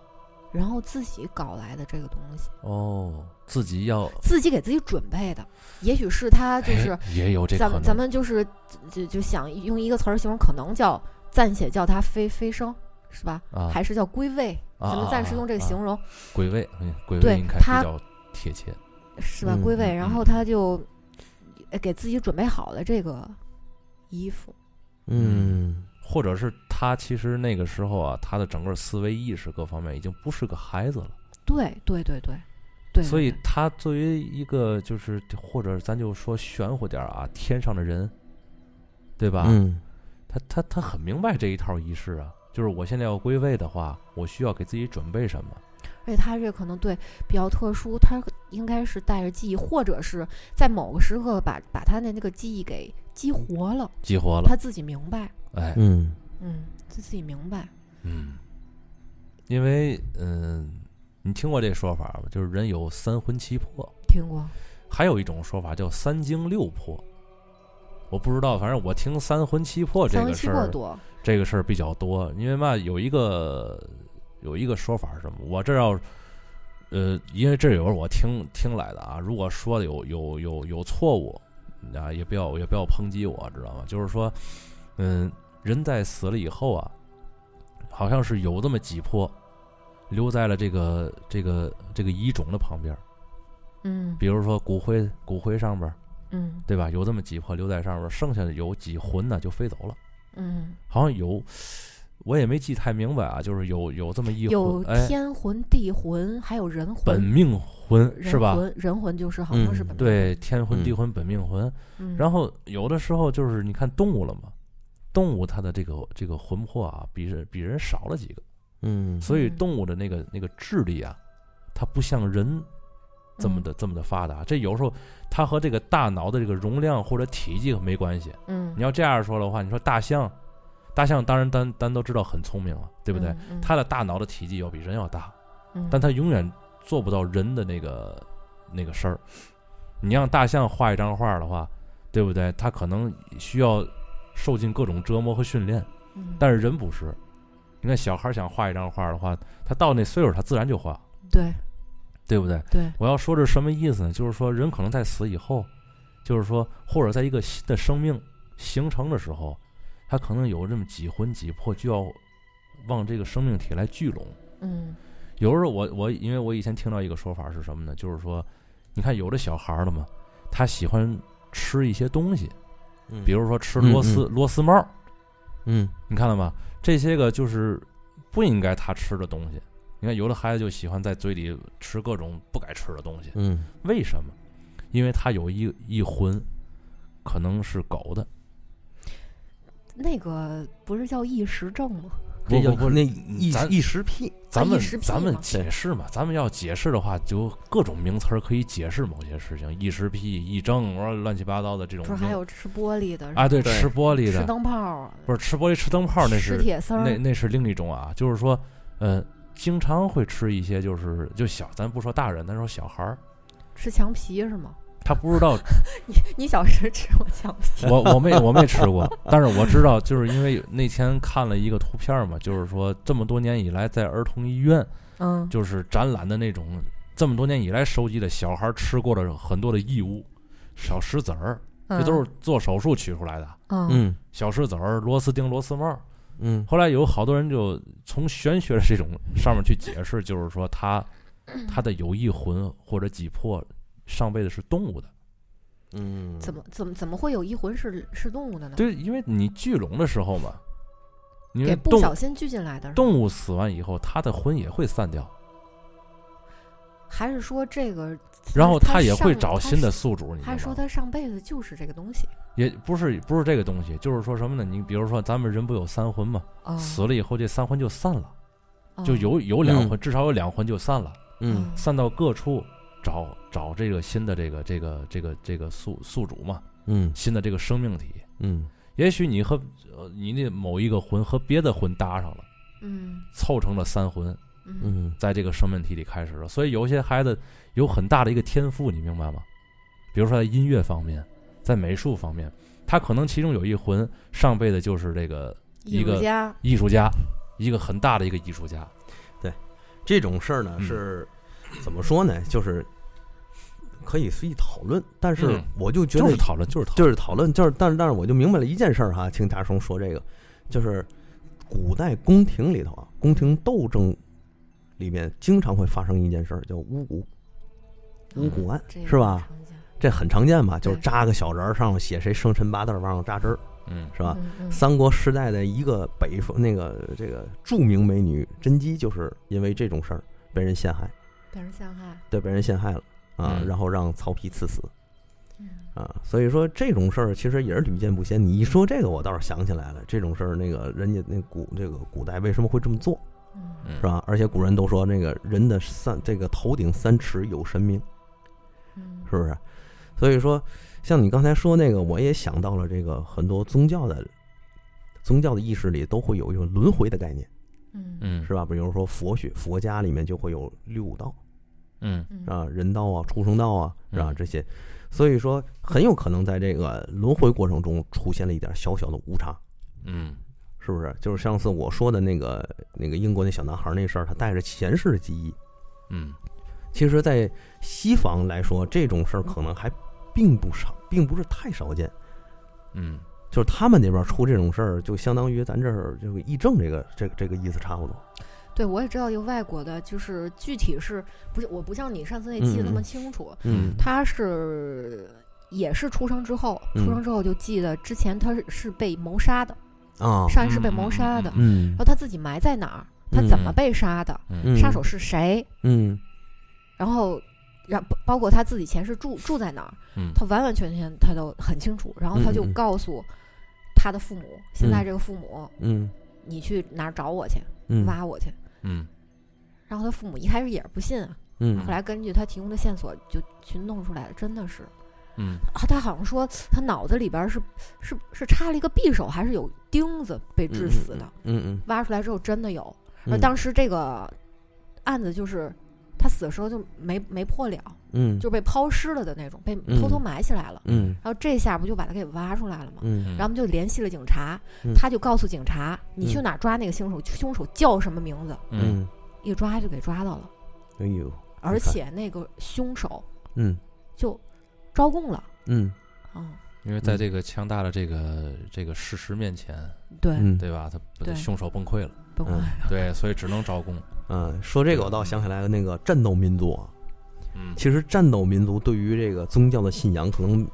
S3: 然后自己搞来的这个东西，
S2: 哦，自己要
S3: 自己给自己准备的。也许是她就是
S2: 哎也有这可
S3: 咱
S2: 能，
S3: 们咱们就是就就想用一个词儿形容，可能叫暂且叫它飞飞升，是吧？
S2: 啊
S3: 还是叫归位？
S2: 啊
S3: 咱们暂时用这个形容，
S2: 鬼位，嗯鬼
S3: 对
S2: 位应该比
S3: 他
S2: 较贴切。
S3: 是吧？
S1: 嗯
S3: 归位，
S2: 嗯
S3: 然
S2: 嗯
S3: 后他就呃给自己准备好了这个衣服。
S1: 嗯，
S2: 或者是他其实那个时候啊，他的整个思维意识各方面已经不是个孩子了，
S3: 对对对对对，
S2: 所以
S3: 对
S2: 他作为一个就是或者咱就说玄乎点儿啊，天上的人，对吧？
S1: 嗯，
S2: 他他他很明白这一套仪式啊，就是我现在要归位的话，我需要给自己准备什么？
S3: 而且他这可能对比较特殊，他应该是带着记忆，或者是在某个时刻把把他的那个记忆给激活了，
S2: 激活了，
S3: 他自己明白，
S2: 哎，
S1: 嗯，
S3: 嗯，他自己明白，
S2: 嗯，因为嗯，你听过这说法吗？就是人有三魂七魄，
S3: 听过，
S2: 还有一种说法叫三经六魄。我不知道，反正我听三魂七魄这
S3: 三
S2: 个
S3: 文七
S2: 事
S3: 过
S2: 儿，
S3: 多，
S2: 这个事儿比较多，因为嘛，有一个有一个说法是什么？我这要，呃，因为这有时候我听听来的啊，如果说的有有有有错误啊，也不要也不要抨击我，知道吗？就是说，嗯，人在死了以后啊，好像是有这么几魄留在了这个这个这个遗种的旁边儿，
S3: 嗯
S2: 比如说骨灰骨灰上边儿，
S3: 嗯
S2: 对吧？有这么几魄留在上边儿，剩下的有几魂呢就飞走了。
S3: 嗯，
S2: 好像有，我也没记太明白啊，就是有有这么一
S3: 有
S2: 魂，哎，
S3: 天魂、地魂，还有人
S2: 本
S3: 魂，
S2: 命魂
S3: 人
S2: 是吧？
S3: 魂人魂就是好像是
S1: 嗯
S3: 本，
S2: 对，天魂、
S1: 嗯
S2: 地魂、本命魂。
S3: 嗯，
S2: 然后有的时候就是你看动物了嘛，动物它的这个这个魂魄啊，比人比人少了几个，
S1: 嗯，
S2: 所以
S3: 嗯
S2: 动物的那个那个智力啊，它不像人这么的
S3: 嗯
S2: 这么的发达。这有时候它和这个大脑的这个容量或者体积没关系。
S3: 嗯，嗯，
S2: 你要这样说的话，你说大象，大象当然咱咱都知道很聪明了，对不对？
S3: 嗯？嗯
S2: 他的大脑的体积要比人要大，
S3: 嗯
S2: 但他永远做不到人的那个那个事儿。你让大象画一张画的话，对不对？他可能需要受尽各种折磨和训练，
S3: 嗯
S2: 但是人不是。你看小孩想画一张画的话，他到那岁数他自然就画，
S3: 对
S2: 对不对？
S3: 对，
S2: 我要说这是什么意思呢？就是说人可能在死以后，就是说或者在一个新的生命形成的时候，他可能有这么几魂几魄就要往这个生命体来聚拢。
S3: 嗯
S2: 有时候我我因为我以前听到一个说法是什么呢？就是说，你看有的小孩儿了嘛，他喜欢吃一些东西，
S1: 嗯
S2: 比，如说吃螺丝、螺丝帽儿，
S1: 嗯
S2: 你看到吗？这些个就是不应该他吃的东西。你看有的孩子就喜欢在嘴里吃各种不该吃的东西，
S1: 嗯
S2: 为什么？因为他有一一魂，可能是狗的，
S3: 那个不是叫异食症吗？
S1: 不
S2: 这叫
S1: 不不，那一
S2: 咱
S1: 一时癖，
S2: 咱
S3: 异
S2: 们
S3: 食癖
S2: 咱们
S3: 嘛
S2: 解释嘛，咱们要解释的话，就各种名词儿可以解释某些事情，异食癖、异症，我说乱七八糟的这
S3: 不
S2: 种
S3: 是
S2: 名。
S3: 还有吃玻璃的，
S2: 嗯啊，对，
S1: 对
S2: 吃玻璃
S3: 吃
S2: 的，
S3: 灯泡儿，
S2: 不是吃玻璃、吃灯泡儿那
S3: 吃
S2: 是
S3: 铁丝儿，
S2: 那那是另一种啊，就是说，呃，经常会吃一些就是就小，咱不说大人，咱说小孩儿，
S3: 吃墙皮是吗？ <laughs>
S2: 他不知道，
S3: 你你小时候吃过墙
S2: <laughs>
S3: 皮？
S2: 我我没我没吃过，但是我知道，就是因为那天看了一个图片儿嘛，就是说这么多年以来在儿童医院
S3: 嗯，
S2: 就是展览的那种，这么多年以来收集的小孩吃过的很多的异物，小石子儿，这
S3: 这
S2: 都是做手术取出来的。
S3: 嗯
S1: 嗯
S2: 小石子儿、螺丝钉、螺丝帽儿，
S1: 嗯
S2: 后来有好多人就从玄学的这种上面去解释，就是说
S3: 嗯
S2: 他他的有一魂或者几魄上辈子是动物的，
S1: 嗯，
S3: 怎么怎么怎么会有一魂是是动物的呢？
S2: 对，因为你聚拢的时候嘛，因为
S3: 给不
S2: 动
S3: 小心聚进来的是吗，
S2: 动物死完以后，它的魂也会散掉，
S3: 还是说这个？
S2: 然后
S3: 它
S2: 也会
S3: 上
S2: 找
S3: 它
S2: 新的
S3: 是
S2: 宿主，你知道
S3: 还
S2: 吗
S3: 是？说他上辈子就是这个东西？
S2: 也不是不是这个东西，就是说什么呢？你比如说咱们人不有三魂嘛，
S3: 哦，
S2: 死了以后这三魂就散了，
S3: 哦
S2: 就有有两
S1: 嗯
S2: 魂，至少有两魂就散了，
S1: 嗯
S3: 哦
S2: 散到各处找找这个新的这个这个这个这个宿宿主嘛，
S1: 嗯
S2: 新的这个生命体。
S1: 嗯
S2: 也许你和呃你的某一个魂和别的魂搭上了，
S3: 嗯
S2: 凑成了三魂，
S3: 嗯
S1: 嗯
S2: 在这个生命体里开始了。所以有些孩子有很大的一个天赋，你明白吗？比如说在音乐方面，在美术方面，他可能其中有一魂上辈子就是这个一
S3: 艺术
S2: 个
S3: 家
S2: 艺术家，一个很大的一个艺术家。
S1: 这种事儿呢
S2: 嗯
S1: 是怎么说呢？就是可以随意讨论，但是
S2: 嗯
S1: 我就觉
S2: 就
S1: 得
S2: 是讨论，就是讨论，
S1: 就是讨论，就是但是但是我就明白了一件事儿哈，听大叔说这个，就是古代宫廷里头啊，宫廷斗争里面经常会发生一件事儿，叫巫蛊，
S2: 嗯
S1: 巫蛊案、
S3: 这个
S1: 是吧？
S3: 常见？
S1: 这很常见吧？就是
S3: 对
S1: 扎个小人儿，上面写谁生辰八字儿，往上扎针儿，
S2: 嗯
S1: 是吧？
S3: 嗯？嗯
S1: 三国时代的一个北方那个这个著名美女甄姬，就是因为这种事儿被人陷害，
S3: 被人陷害，
S1: 对，被人陷害了啊，
S2: 嗯
S1: 然后让曹丕赐死
S3: 嗯
S1: 啊，所以说这种事儿其实也是屡见不鲜。你一说这个，我倒是想起来了，这种事儿那个人家那古这个古代为什么会这么做，
S3: 嗯
S2: 嗯
S1: 是吧？而且古人都说那个人的三这个头顶三尺有神明，
S3: 嗯，
S1: 是不是？所以说，像你刚才说那个，我也想到了这个很多宗教的宗教的意识里都会有一种轮回的概念。
S3: 嗯
S2: 嗯
S1: 是吧？比如说佛学，佛家里面就会有六道
S2: 嗯
S3: 嗯
S1: 啊，人道啊、畜生道啊，是吧？
S2: 嗯
S1: 这些，所以说很有可能在这个轮回过程中出现了一点小小的误差，
S2: 嗯
S1: 是不是？就是上次我说的那个那个英国那小男孩那事儿，他带着前世的记忆。
S2: 嗯
S1: 其实，在西方来说，这种事儿可能还并不少，并不是太少见。
S2: 嗯
S1: 就是他们那边出这种事儿，就相当于咱这儿这个议政这个这个这个意思差不多。
S3: 对，我也知道一个外国的，就是具体是不是我不像你上次那记得那
S1: 嗯
S3: 么
S1: 嗯
S3: 清楚，
S2: 嗯
S3: 他是也是出生之后，
S1: 嗯
S3: 出生之后就记得之前他是是被谋杀的，
S1: 啊，
S3: 上一世被谋杀的，
S1: 嗯
S3: 然后他自己埋在哪儿，他怎么
S2: 嗯
S3: 被杀的，
S2: 嗯
S3: 杀手是谁，
S1: 嗯
S3: 然后。然后包括他自己前世住住在哪儿，
S2: 嗯
S3: 他完完全全他都很清楚。然后他就
S1: 嗯嗯嗯
S3: 告诉他的父母，现在这个父母，
S1: 嗯
S3: 你去哪儿找我去，
S1: 嗯，
S3: 挖我去。
S2: 嗯
S3: 然后他父母一开始也是不信啊，
S1: 嗯
S3: 后来根据他提供的线索就去弄出来了，真的是
S2: 嗯
S3: 啊，他好像说他脑子里边儿是是是插了一个匕首，还是有钉子被致死的。
S1: 嗯嗯
S3: 挖出来之后真的有，
S1: 嗯，
S3: 而当时这个案子就是他死的时候就没没破了，
S1: 嗯
S3: 就被抛尸了的那种，被偷偷
S1: 嗯
S3: 埋起来了。
S1: 嗯
S3: 然后这下不就把他给挖出来了吗？
S1: 嗯
S3: 然后我们就联系了警察，
S1: 嗯
S3: 他就告诉警察，你去
S1: 嗯
S3: 哪儿抓那个凶手，凶手叫什么名字，
S2: 嗯
S3: 一抓就给抓到了，
S1: 哎呦，
S3: 而
S1: 你看
S3: 且那个凶手
S1: 嗯
S3: 就招供了。
S1: 嗯
S3: 啊，
S2: 因为在这个强大的这个这个事实面前，
S3: 对，
S1: 嗯，
S2: 对吧？他
S3: 对
S2: 凶手崩溃了，
S3: 崩溃
S1: 嗯
S3: 了。
S2: 对，所以只能招供。
S1: 嗯，说这个我倒想起来了，那个战斗民族啊，
S2: 嗯
S1: 其实战斗民族对于这个宗教的信仰，可能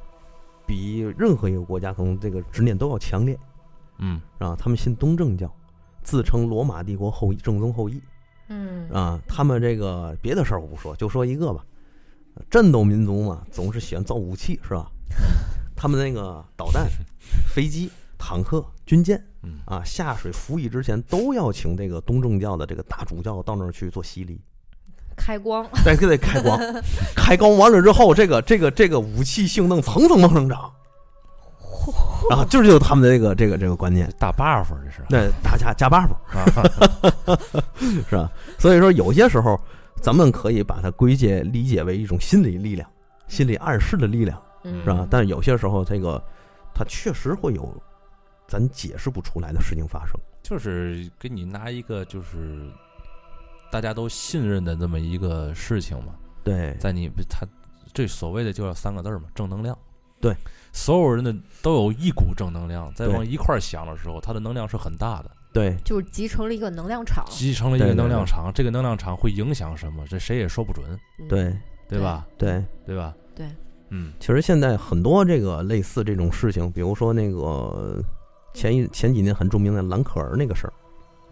S1: 比任何一个国家可能这个执念都要强烈
S2: 嗯
S1: 啊。他们信东正教，自称罗马帝国后裔正宗后裔
S3: 嗯
S1: 啊。他们这个别的事儿我不说，就说一个吧，战斗民族嘛，总是喜欢造武器是吧？ <laughs> 他们那个导弹、飞机、坦克、军舰。
S2: 嗯
S1: 啊，下水服役之前都要请这个东正教的这个大主教到那儿去做洗礼，
S3: 开光，
S1: 对，给得开光，开光完了之后，这个这个这个武器性能蹭蹭往上涨，啊，就是就是他们的这个这个这个观念，
S2: 大 buff 这是
S1: 那大家加 buff
S2: 啊，
S1: 是吧？所以说有些时候咱们可以把它归结理解为一种心理力量，心理暗示的力量，
S3: 嗯
S1: 是吧？但是有些时候这个它确实会有咱解释不出来的事情发生，
S2: 就是给你拿一个就是大家都信任的这么一个事情嘛，
S1: 对，
S2: 在你他这所谓的就要三个字儿嘛，正能量。
S1: 对，
S2: 所有人的都有一股正能量，在
S1: 对
S2: 往一块儿想的时候，它的能量是很大的，
S1: 对，
S3: 就是集成了一个能量场，
S2: 集成了一个
S1: 啊对对
S2: 能量
S1: 对
S2: 场，这个能量场会影响什么，这谁也说不准，
S3: 嗯
S1: 对，
S2: 对吧？
S1: 对，
S2: 对吧？
S3: 对，
S2: 嗯
S1: 其实现在很多这个类似这种事情，比如说那个前一前几年很著名的蓝可儿那个事儿，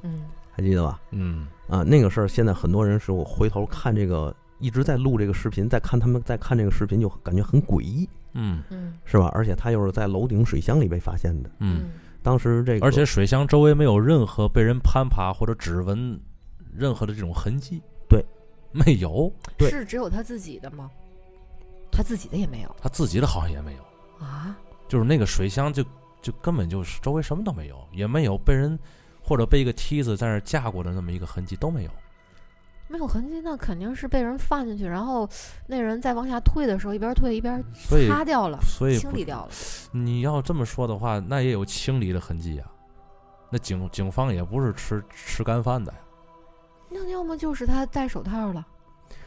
S3: 嗯
S1: 还记得吧？
S2: 嗯
S1: 啊，那个事儿现在很多人是我回头看这个一直在录这个视频，在看他们在看这个视频，就感觉很诡异，
S2: 嗯
S3: 嗯
S1: 是吧？而且他又是在楼顶水箱里被发现的，
S2: 嗯，
S1: 当时这个
S2: 而且水箱周围没有任何被人攀爬或者指纹，任何的这种痕迹，
S1: 对，
S2: 没有，
S1: 对
S3: 是只有他自己的吗？他自己的也没有
S2: 他自己的好像也没有，
S3: 啊？
S2: 就是那个水箱就就根本就是周围什么都没有，也没有被人或者被一个梯子在那儿架过的那么一个痕迹都没有，
S3: 没有痕迹，那肯定是被人放进去，然后那人在往下退的时候，一边退一边
S1: 嗯
S2: 所以
S3: 擦掉了，
S2: 所以
S3: 清
S2: 不
S3: 理掉了。
S2: 你要这么说的话，那也有清理的痕迹呀、那警警方也不是吃吃干饭的呀。
S3: 那要么就是他戴手套了，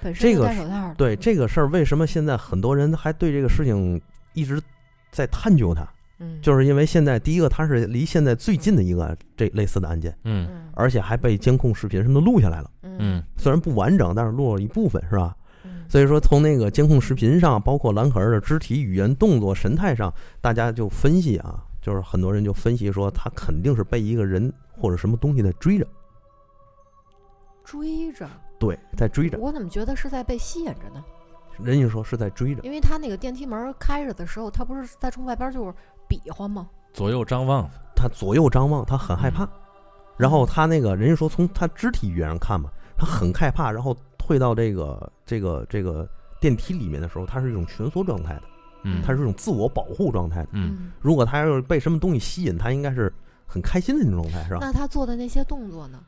S3: 本身
S1: 这
S3: 就
S1: 个
S3: 戴
S1: 是
S3: 手套了。
S1: 对这个事儿，为什么现在很多人还对这个事情一直在探究它？
S3: 嗯，
S1: 就是因为现在第一个，它是离现在最近的一个这类似的案件，
S2: 嗯
S3: 嗯
S1: 而且还被监控视频什么的录下来了，
S3: 嗯
S2: 嗯
S1: 虽然不完整，但是录了一部分，是吧？
S3: 嗯
S1: 所以说，从那个监控视频上，包括兰可儿的肢体语言、动作、神态上，大家就分析啊，就是很多人就分析说，他肯定是被一个人或者什么东西在追着，
S3: 追着
S1: 对，在追着。
S3: 我怎么觉得是在被吸引着呢？
S1: 人家说是在追着，
S3: 因为他那个电梯门开着的时候，他不是在冲外边就是比划吗？
S2: 左右张望，
S1: 他左右张望，他很害怕。然后他那个人家说，从他肢体语言上看嘛，他很害怕，然后退到这个这个这个电梯里面的时候，他是一种蜷缩状态的，
S2: 嗯，
S1: 他是一种自我保护状态的。
S2: 嗯，
S1: 如果他要是被什么东西吸引，他应该是很开心的那种状态，是吧？
S3: 那他做的那些动作呢？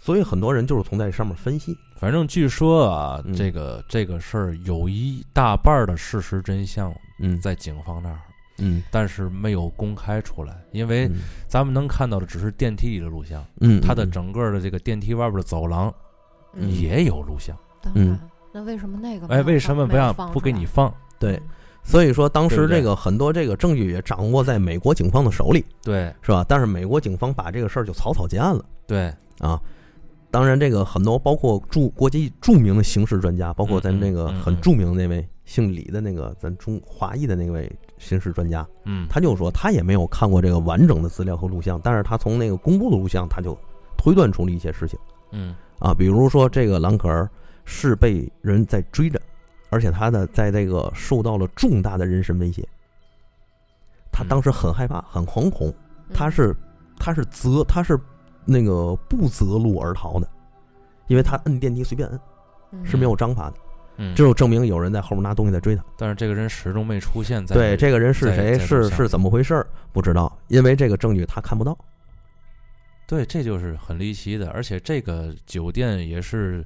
S1: 所以很多人就是从在上面分析。
S2: 反正据说啊，
S1: 嗯
S2: 这个这个事儿有一大半儿的事实真相
S1: 嗯
S2: 在警方那儿，
S1: 嗯，
S2: 但是没有公开出来，因为
S1: 嗯
S2: 咱们能看到的只是电梯里的录像，
S1: 嗯，
S2: 它的
S1: 嗯
S2: 整个的这个电梯外边的走廊
S1: 嗯
S2: 也有录像。
S3: 当
S1: 嗯
S3: 然。那为什么那个没有放？
S2: 哎，为什么不
S3: 没有
S2: 让
S3: 放
S2: 不
S3: 出
S2: 给
S3: 来
S2: 你？放？
S1: 对
S3: 嗯，，
S1: 所以说当
S2: 对
S1: 时
S2: 不对
S1: 这个很多这个证据也掌握在美国警方的手里，
S2: 对
S1: 是吧？但是美国警方把这个事儿就草草结案了
S2: 对，
S1: 啊。当然，这个很多包括著国际著名的刑事专家，包括咱们这个
S2: 嗯嗯嗯
S1: 很著名的那位姓李的那个咱中华裔的那位刑事专家，
S2: 嗯，
S1: 他就说他也没有看过这个完整的资料和录像，但是他从那个公布的录像，他就推断出了一些事情。
S2: 嗯
S1: 啊，比如说这个兰可儿是被人在追着，而且他的在这个受到了重大的人身威胁，他当时很害怕，很惶恐，
S3: 嗯
S1: 他是他是择他是那个不择路而逃的，因为他摁电梯随便摁是没有章法的，
S2: 嗯，
S1: 这就证明有人在后面拿东西在追他。
S2: 但是这个人始终没出现在
S1: 对，这个人是
S2: 在
S1: 谁
S2: 在
S1: 是
S2: 路上
S1: 是怎么回事儿不知道，因为这个证据他看不到。
S2: 对，这就是很离奇的，而且这个酒店也是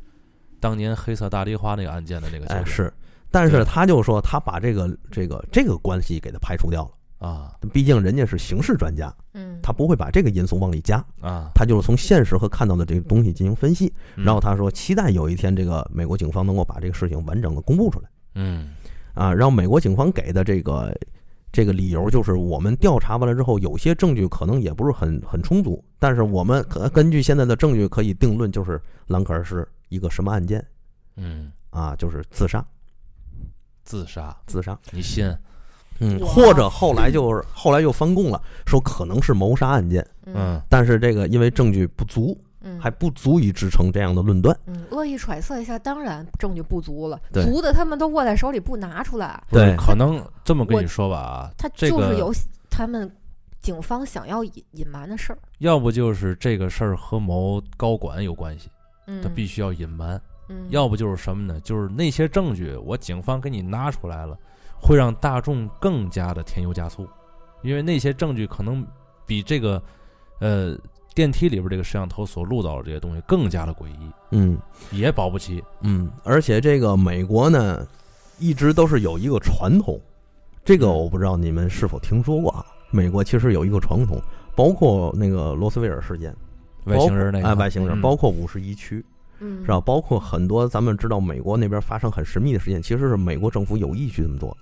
S2: 当年黑色大丽花那个案件的那个酒
S1: 哎，
S2: 店、
S1: 是，但是
S2: 对
S1: 他就说他把这个这个这个关系给他排除掉了，
S2: 啊
S1: 毕竟人家是刑事专家。
S3: 嗯，
S1: 他不会把这个因素往里加，
S2: 啊，
S1: 他就是从现实和看到的这个东西进行分析。
S2: 嗯
S1: 然后他说，期待有一天这个美国警方能够把这个事情完整的公布出来
S2: 嗯
S1: 啊。然后美国警方给的这个这个理由就是，我们调查完了之后，有些证据可能也不是很很充足，但是我们可根据现在的证据可以定论，就是兰可儿是一个什么案件
S2: 嗯，
S1: 啊，就是自杀，
S2: 自杀，
S1: 自杀。
S2: 你信？
S1: 嗯，
S3: 哇
S1: 或者后来就是后来又翻供了，说可能是谋杀案件，
S2: 嗯
S3: 嗯
S1: 但是这个因为证据不足，
S3: 嗯
S1: 还不足以支撑这样的论断。
S3: 嗯恶意揣测一下，当然证据不足了，
S1: 对
S3: 足的他们都握在手里不拿出来，
S2: 不是
S1: 对
S2: 可能这么跟
S3: 我
S2: 你说吧啊，
S3: 他
S2: 这
S3: 就是
S2: 个
S3: 有他们警方想要隐隐瞒的事儿。
S2: 要不就是这个事儿和某高管有关系，
S3: 嗯，
S2: 他必须要隐瞒；
S1: 啊
S3: 嗯
S2: 要不就是什么呢？就是那些证据，我警方给你拿出来了，会让大众更加的添油加醋，因为那些证据可能比这个，呃，电梯里边这个摄像头所录到的这些东西更加的诡异，
S1: 嗯
S2: 也保不齐。
S1: 嗯，而且这个美国呢，一直都是有一个传统，这个我不知道你们是否听说过啊。美国其实有一个传统，包括那个罗斯威尔事件，
S2: 外星人那个
S1: 啊，外星人，包括
S2: 括
S1: 五十一区
S3: 嗯
S1: 是吧？包括很多咱们知道美国那边发生很神秘的事件，其实是美国政府有意去这么做，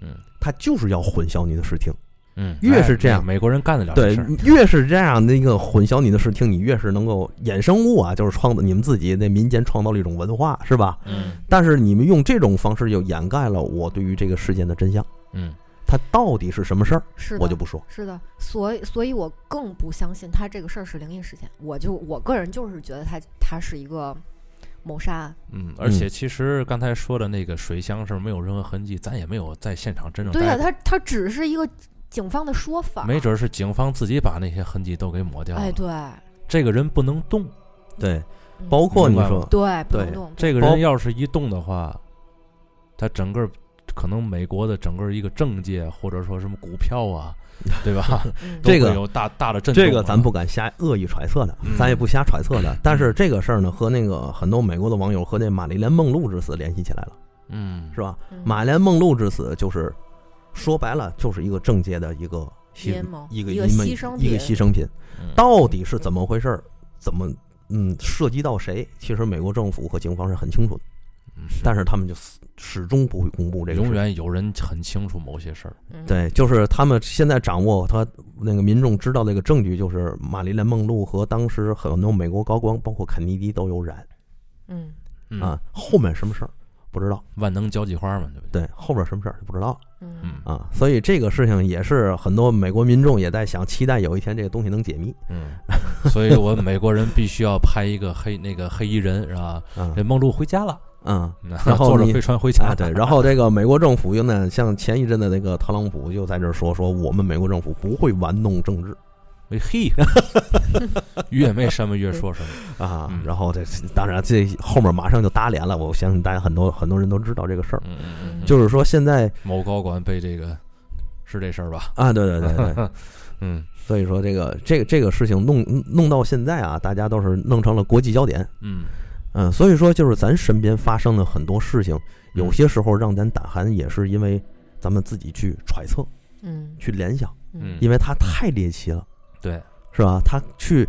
S2: 嗯
S1: 他就是要混淆你的视听，
S2: 嗯，
S1: 越
S2: 哎
S1: 是这样
S2: 美美国人干得了这
S1: 对
S2: 事儿，，
S1: 越是这样的一个混淆你的视听，你越是能够衍生物啊，就是创造你们自己那民间创造了一种文化，是吧？
S2: 嗯
S1: 但是你们用这种方式又掩盖了我对于这个事件的真相，
S2: 嗯
S1: 它到底是什么事儿，
S3: 是的，
S1: 我就不说。
S3: 是的，所以所以我更不相信他这个事儿是灵异事件。我就我个人就是觉得他他是一个谋杀案。
S2: 嗯，而且其实刚才说的那个水箱是没有任何痕迹，咱也没有在现场真正
S3: 对啊呀、
S2: 待
S3: 他他只是一个警方的说法。
S2: 过，没准儿是警方自己把那些痕迹都给抹掉了。
S3: 哎，对，
S2: 这个人不能动，
S1: 对，
S3: 嗯
S1: 包括你
S2: 明白
S1: 说
S2: 吗
S3: 对不能
S1: 对
S3: 动
S2: 这个
S1: 包
S2: 人要是一动的话，他整个可能美国的整个一个政界或者说什么股票
S1: <laughs>
S2: 啊，对吧？
S3: 嗯
S2: 都
S1: 这个
S2: 会有大大的震动啊。
S1: 这个咱不敢瞎恶意揣测的，
S2: 嗯
S1: 咱也不瞎揣测的。但是这个事儿呢，和那个很多美国的网友和那玛丽莲梦露之死联系起来了，
S2: 嗯
S1: 是吧？
S3: 嗯
S1: 玛丽莲梦露之死就是说白了就是一个政界的一个牺
S3: 阴谋
S1: 一个
S3: 一个
S1: 阴谋
S3: 牺牲
S1: 一个
S3: 品
S1: 牺牲品，
S2: 嗯
S1: 到底是怎么回事儿？怎么嗯涉及到谁？其实美国政府和警方是很清楚的，
S2: 嗯
S1: 但是他们就死始终不会公布这个事
S2: 永
S1: 情。
S2: 远有人很清楚某些事儿。
S3: 嗯
S1: 对，就是他们现在掌握他那个民众知道的一个证据，就是玛丽莲梦露和当时很多美国高官，包括肯尼迪都有染
S3: 嗯
S2: 嗯
S1: 啊。后面什么事儿不知道，
S2: 万能交际花嘛，对不对？
S1: 对，后边什么事儿就不知道
S3: 嗯
S2: 嗯
S1: 啊。所以这个事情也是很多美国民众也在想，期待有一天这个东西能解密
S2: 嗯， <laughs> 所以我们美国人必须要拍一个黑那个黑衣人是吧？
S1: 啊
S2: 这梦露回家了，
S1: 啊。
S2: 然
S1: 后
S2: <laughs> 坐着
S1: 你
S2: 飞船回家
S1: 啊，对，然后这个美国政府又呢，像前一阵的那个特朗普又在这儿说说，我们美国政府不会玩弄政治
S2: <laughs> 哎
S1: <laughs>
S2: 嘿，越没什么越说什么。
S1: 啊
S2: 嗯。
S1: 然后这当然这后面马上就打脸了，我相信大家很多很多人都知道这个事儿。
S2: 嗯嗯嗯嗯，
S1: 就是说现在
S2: 某高管被这个是这事儿吧？
S1: 啊，对对 <laughs> 对
S2: <laughs>
S1: 对，
S2: 嗯
S1: 所以说这个这个这个事情弄弄到现在啊，大家都是弄成了国际焦点，
S2: 嗯，
S1: 嗯，所以说就是咱身边发生的很多事情，有些时候让咱胆寒，也是因为咱们自己去揣测、
S3: 嗯
S1: 去联想，
S2: 嗯
S1: 因为它太猎奇了，
S2: 对，
S1: 是吧？它去，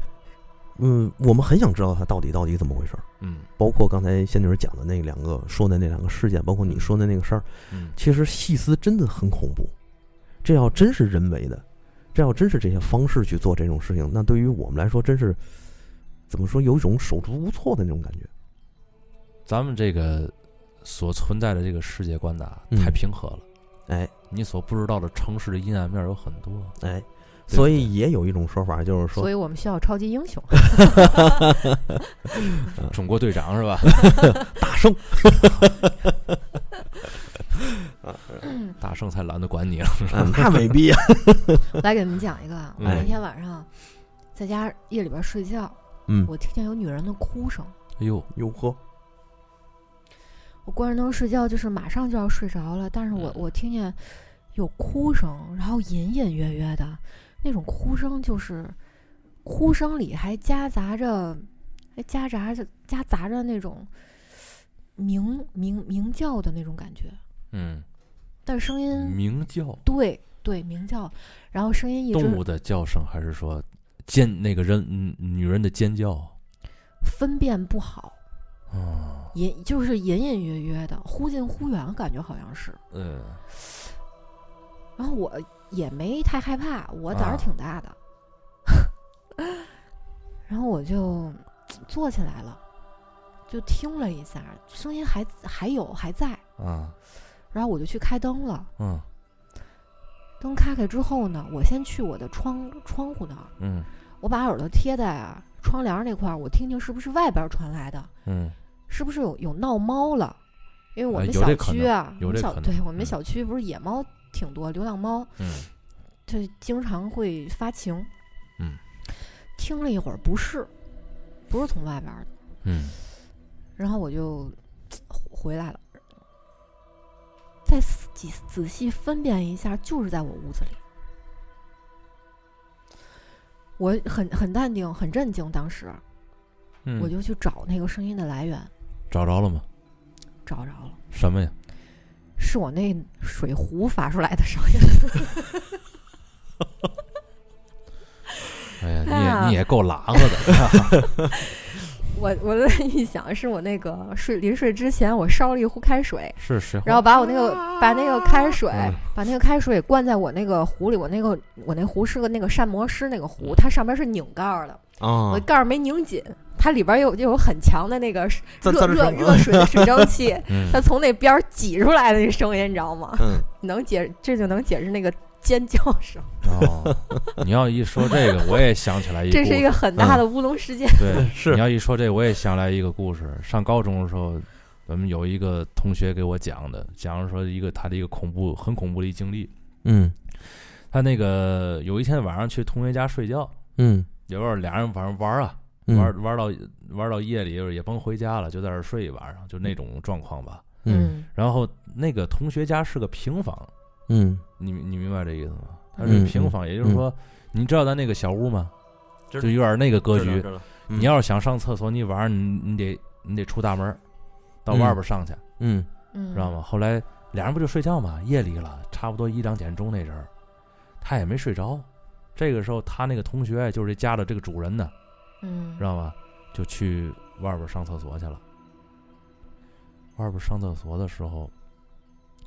S1: 嗯，我们很想知道它到底到底怎么回事儿。
S2: 嗯
S1: 包括刚才仙女儿讲的那两个说的那两个事件，包括你说的那个事儿，
S2: 嗯
S1: 其实细思真的很恐怖。这要真是人为的，这要真是这些方式去做这种事情，那对于我们来说，真是怎么说，有一种手足无措的那种感觉。
S2: 咱们这个所存在的这个世界观呐，
S1: 嗯
S2: 太平和了。
S1: 哎
S2: 你所不知道的城市的阴暗面有很多。
S1: 哎，
S2: 对
S1: 所
S2: 对
S1: 以也有一种说法，就是
S3: 所
S1: 说，
S3: 以我们需要超级英雄。
S2: 中国队长是吧？
S1: 大圣
S2: <laughs> 大圣才懒得管你了。
S1: 啊那未必啊。
S3: <clears throat> 来给你们讲一个，啊，我
S2: 哎
S3: 那天晚上在家夜里边睡觉，
S1: 嗯，
S3: 我听见有女人的哭声。
S2: 哎呦，
S1: 哟呵，
S3: 我关着灯睡觉，就是马上就要睡着了，但是我
S2: 嗯
S3: 我听见有哭声，然后隐隐约约的那种哭声，就是哭声里还夹杂着，还夹杂着夹杂着那种鸣鸣鸣叫的那种感觉，
S2: 嗯，
S3: 但声音
S2: 鸣叫，
S3: 对对鸣叫，然后声音一
S2: 动
S3: 直
S2: 物的叫声还是说尖那个人嗯女人的尖叫？
S3: 分辨不好，
S2: 啊，
S3: 隐就是隐隐约约的，忽近忽远，感觉好像是。
S2: 嗯
S3: 然后我也没太害怕，我胆
S2: 啊
S3: 儿挺大的。 <laughs> 然后我就坐起来了，就听了一下，声音还还有还在。
S2: 啊
S3: 然后我就去开灯了，
S2: 嗯
S3: 灯开开之后呢，我先去我的窗窗户那儿，
S2: 嗯
S3: 我把耳朵贴在啊窗帘儿那块儿，我听听是不是外边儿传来的，
S2: 嗯
S3: 是不是有有闹猫了？因为我
S2: 呃
S3: 们
S2: 有
S3: 小
S2: 这可
S3: 区
S2: 能
S3: 啊，
S2: 有
S3: 我
S2: 这
S3: 们小
S2: 可能
S3: 对我们
S2: 嗯
S3: 小区不是野猫挺多，流浪猫，
S2: 嗯
S3: 它经常会发情。
S2: 嗯，
S3: 听了一会儿，不是，不是从外边儿的，
S2: 嗯，
S3: 然后我就回来了，再仔细仔细分辨一下，就是在我屋子里。我很很淡定，很震惊。当时
S2: 嗯
S3: 我就去找那个声音的来源，
S2: 找着了吗？
S3: 找着了，
S2: 什么呀？
S3: 是我那水壶发出来的声音。
S2: 哎呀，你
S3: 那
S2: 哎
S3: 啊
S2: 也你也够狼了的，
S3: 我我的预想是我那个睡临睡之前，我烧了一壶开水，
S2: 是水
S3: <laughs> 然
S2: 花
S3: 后把我那个把那个开水
S2: 嗯，，
S3: 把那个开水灌在我那个壶里，我那个我那壶是个那个膳魔师那个壶，它上边是拧盖儿的，
S1: 啊
S3: 我，盖儿没拧紧，它里边有就有很强的那个热
S1: 滋滋
S3: 热
S1: 声
S3: 热水的水蒸气
S2: 嗯
S3: 它从那边儿挤出来的那声音，你知道吗？
S1: 嗯，
S3: 能解这就能解释那个尖叫声，
S2: 哦，你要一说这个，哎我也想起来一个
S3: 这
S2: 故
S3: 是一
S2: 事。
S3: 个很大的乌龙事件。
S2: 对，你
S1: 嗯是
S2: 要一说这，我也想来一个故事。上高中的时候，我们有一个同学给我讲的，讲说一个他的一个恐怖、很恐怖的一经历。
S1: 嗯
S2: 他那个有一天晚上去同学家睡觉，
S1: 嗯
S2: 有时候俩人晚上玩啊，
S1: 嗯
S2: 玩玩到玩到夜里也甭回家了，就在这儿睡一晚上，就那种状况吧。
S1: 嗯
S2: 然后那个同学家是个平房，
S1: 嗯，
S2: 你你明白这意思吗？它是
S1: 嗯
S2: 平
S1: 嗯
S2: 房，也就是说，你知道咱那个小屋吗？
S1: 知
S2: 就
S1: 道
S2: 有点那个格局。
S1: 知道，
S2: 你要是想上厕所，你晚上你你得你得出大门儿，到外边儿上去，
S1: 嗯
S3: 嗯，
S2: 知道吗？后来俩人不就睡觉嘛，夜里了，差不多一两点钟那阵儿，他也没睡着。这个时候，他那个同学就是这家的这个主人呢，
S3: 嗯
S2: 知，道吗？就去外边上厕所去了。外边上厕所的时候，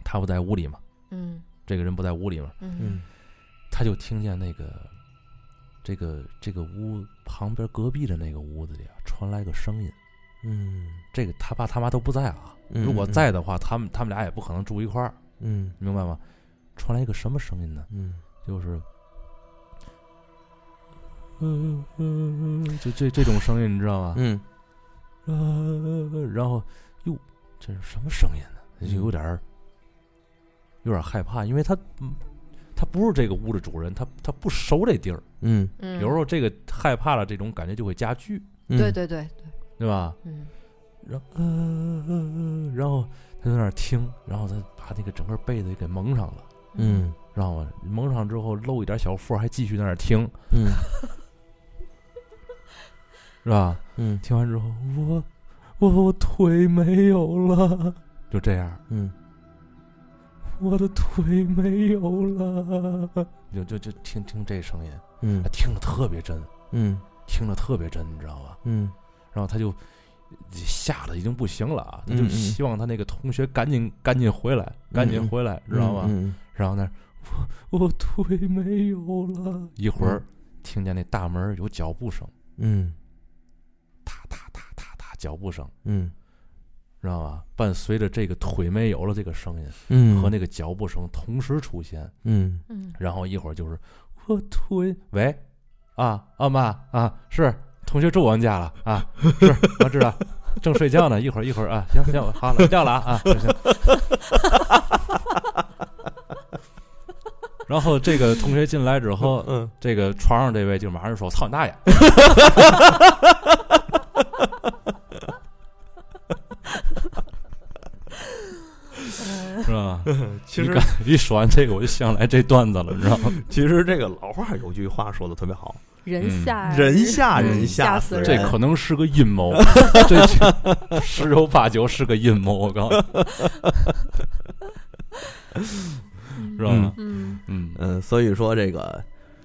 S2: 他不在屋里嘛，
S3: 嗯
S2: 这个人不在屋里嘛，
S3: 嗯
S1: 嗯
S2: 他就听见那个这个这个屋旁边隔壁的那个屋子里啊传来个声音。
S1: 嗯
S2: 这个他爸他妈都不在啊，
S1: 嗯
S2: 如果在的话，他们他们俩也不可能住一块儿，
S1: 嗯
S2: 明白吗？传来一个什么声音呢？
S1: 嗯
S2: 就是，嗯嗯嗯，就这这种声音，你知道吗？
S1: 嗯
S2: 呃，然后哟，这是什么声音呢？
S1: 嗯
S2: 他就有点儿，有点儿害怕，因为他嗯他不是这个屋的主人，他他不熟这地儿，
S1: 嗯，
S3: 嗯，
S2: 有时候这个害怕了，这种感觉就会加剧，
S1: 嗯
S3: 对对对对，
S2: 对吧？
S3: 嗯
S2: 然后呃呃呃，然后他在那儿听，然后他把那个整个被子给蒙上了，
S1: 嗯
S2: 知道吗？蒙上之后露一点小缝儿，还继续在那儿听，
S1: 嗯
S2: 是吧？
S1: 嗯
S2: 听完之后，我我我腿没有了，就这样，
S1: 嗯
S2: 我的腿没有了，就就就听听这声音，
S1: 嗯
S2: 他听着特别真，
S1: 嗯
S2: 听着特别真，你知道吧？
S1: 嗯
S2: 然后他就吓得已经不行了啊，他
S1: 嗯
S2: 就
S1: 嗯
S2: 希望他那个同学赶紧赶紧回来，赶
S1: 嗯
S2: 紧
S1: 嗯
S2: 回来，知道吗？
S1: 嗯
S2: 然后那儿我我腿没有了，一会儿听见那大门儿有脚步声，
S1: 嗯
S2: 踏踏踏踏踏脚步声，
S1: 嗯
S2: 知道吧？伴随着这个腿没有了这个声音
S1: 嗯
S2: 和那个脚步声同时出现，
S1: 嗯
S3: 嗯
S2: 然后一会儿就是我腿喂啊啊妈啊是同学住我们家了啊是我知道。 <laughs> 正睡觉呢，一会儿一会儿啊，行行，好了，睡觉了啊啊，行。 <laughs> 然后这个同学进来之后，
S1: 嗯
S2: 这个床上这位就马上就说：“操你大
S1: <laughs>
S2: 爷！” <laughs> 是吧？
S1: 其
S2: 你
S1: 实 <laughs>
S2: 刚一说完这个，我就想来这段子了，你知道吗？
S1: 其实这个老话有句话说的特别好，
S3: 人
S2: 嗯
S3: 吓
S1: 人吓
S2: 人
S1: 人
S3: 吓
S1: 死
S3: 死
S1: 人，
S2: 这可能是个
S1: <laughs>
S2: 阴谋，这这十有八九是个阴谋，我告诉你，是吧？
S3: 嗯
S2: 嗯
S1: 嗯，所以说这个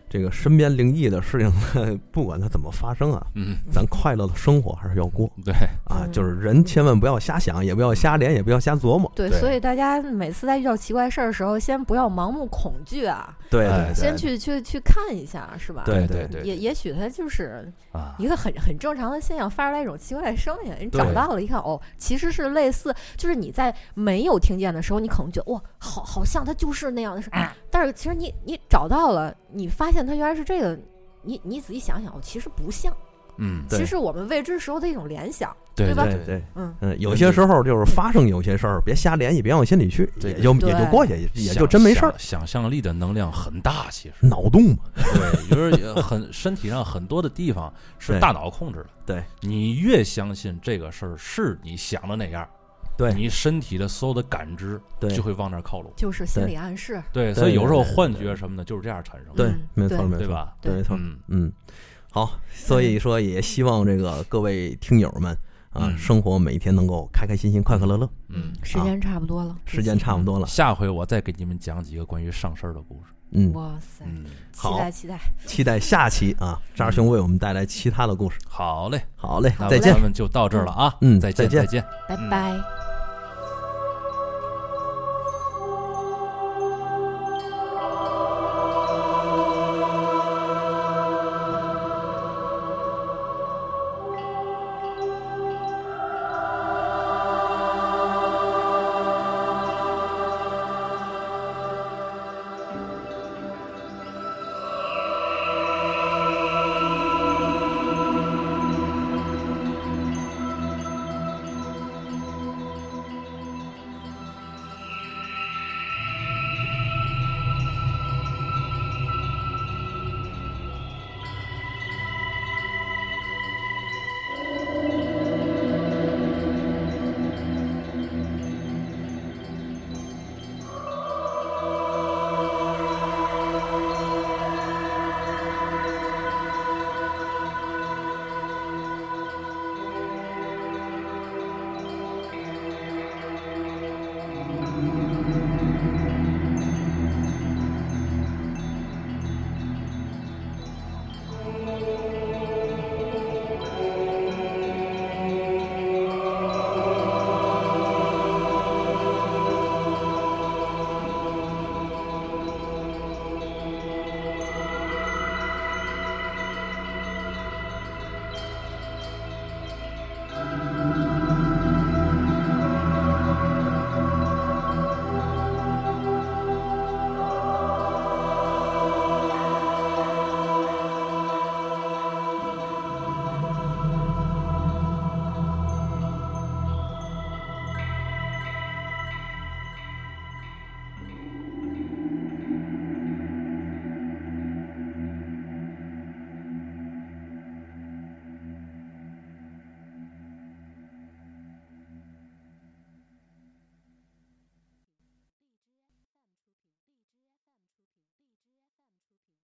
S1: 这个身边灵异的事情呢，不管它怎么发生啊，
S2: 嗯，
S1: 咱快乐的生活还是要过
S2: 对，
S1: 啊。
S3: 嗯
S1: 就是人千万不要瞎想，也不要瞎连，也不要瞎琢磨。
S3: 对，
S2: 对
S3: 所以大家每次在遇到奇怪事儿的时候，先不要盲目恐惧啊，
S1: 对
S2: 哎
S1: 对，
S3: 先去去去看一下，是吧？
S1: 对
S2: 对
S1: 对
S2: 对
S3: 也也许它就是
S2: 啊，
S3: 一个很很正常的现象，发出来一种奇怪的声音，你找
S1: 对
S3: 到了，一看哦，其实是类似，就是你在没有听见的时候，你可能觉得哇，好好像它就是那样的事儿，但是其实你你找到了，你发现它原来是这个，你你仔细想想，哦，其实不像，
S2: 嗯，
S1: 对
S3: 其实我们未知时候的一种联想，
S2: 对
S3: 对吧
S1: 对对。
S3: 嗯，
S1: 嗯，有些时候就是发生有些事儿，别瞎联系，别往心里去，
S2: 对
S1: 也就
S3: 对
S1: 也就过去，也也就真没事儿。
S2: 想想象力的能量很大，其实
S1: 脑洞嘛，
S2: 对，就是很身体上很多的地方是
S1: 对
S2: 大脑控制的。
S1: 对，
S2: 你越相信这个事儿是你想的那样，
S1: 对
S2: 你身体的所有的感知
S1: 对
S2: 就会往那儿靠拢。
S3: 就是心
S1: 对
S3: 理暗示，
S1: 对
S2: 对，所以有时候
S1: 对对
S2: 幻觉什么的就是这样产生的，
S1: 对
S3: 嗯，
S1: 没错
S3: 对
S1: 没
S2: 对
S1: 错，
S2: 吧？
S1: 对，没错，
S2: 嗯，
S1: 嗯，好，所以说也希望这个各位听友们啊，
S2: 嗯
S1: 生活每天能够开开心心、快快乐乐。
S2: 嗯，
S3: 时间差不多了，这
S1: 时间
S3: 期
S1: 差不多了，
S2: 下回我再给你们讲几个关于上身儿的故事。
S1: 嗯，
S3: 哇塞，
S2: 嗯，
S3: 期
S1: 好嗯
S3: 待期待，
S1: 期待下期啊，渣兄为我们带来其他的故事。
S2: 好嘞，
S1: 好嘞
S2: 那，
S1: 再见
S2: 咱。们就到这儿了啊。
S1: 嗯
S2: 再见，
S1: 再见
S2: 再见。
S3: 拜
S2: 嗯
S3: 拜。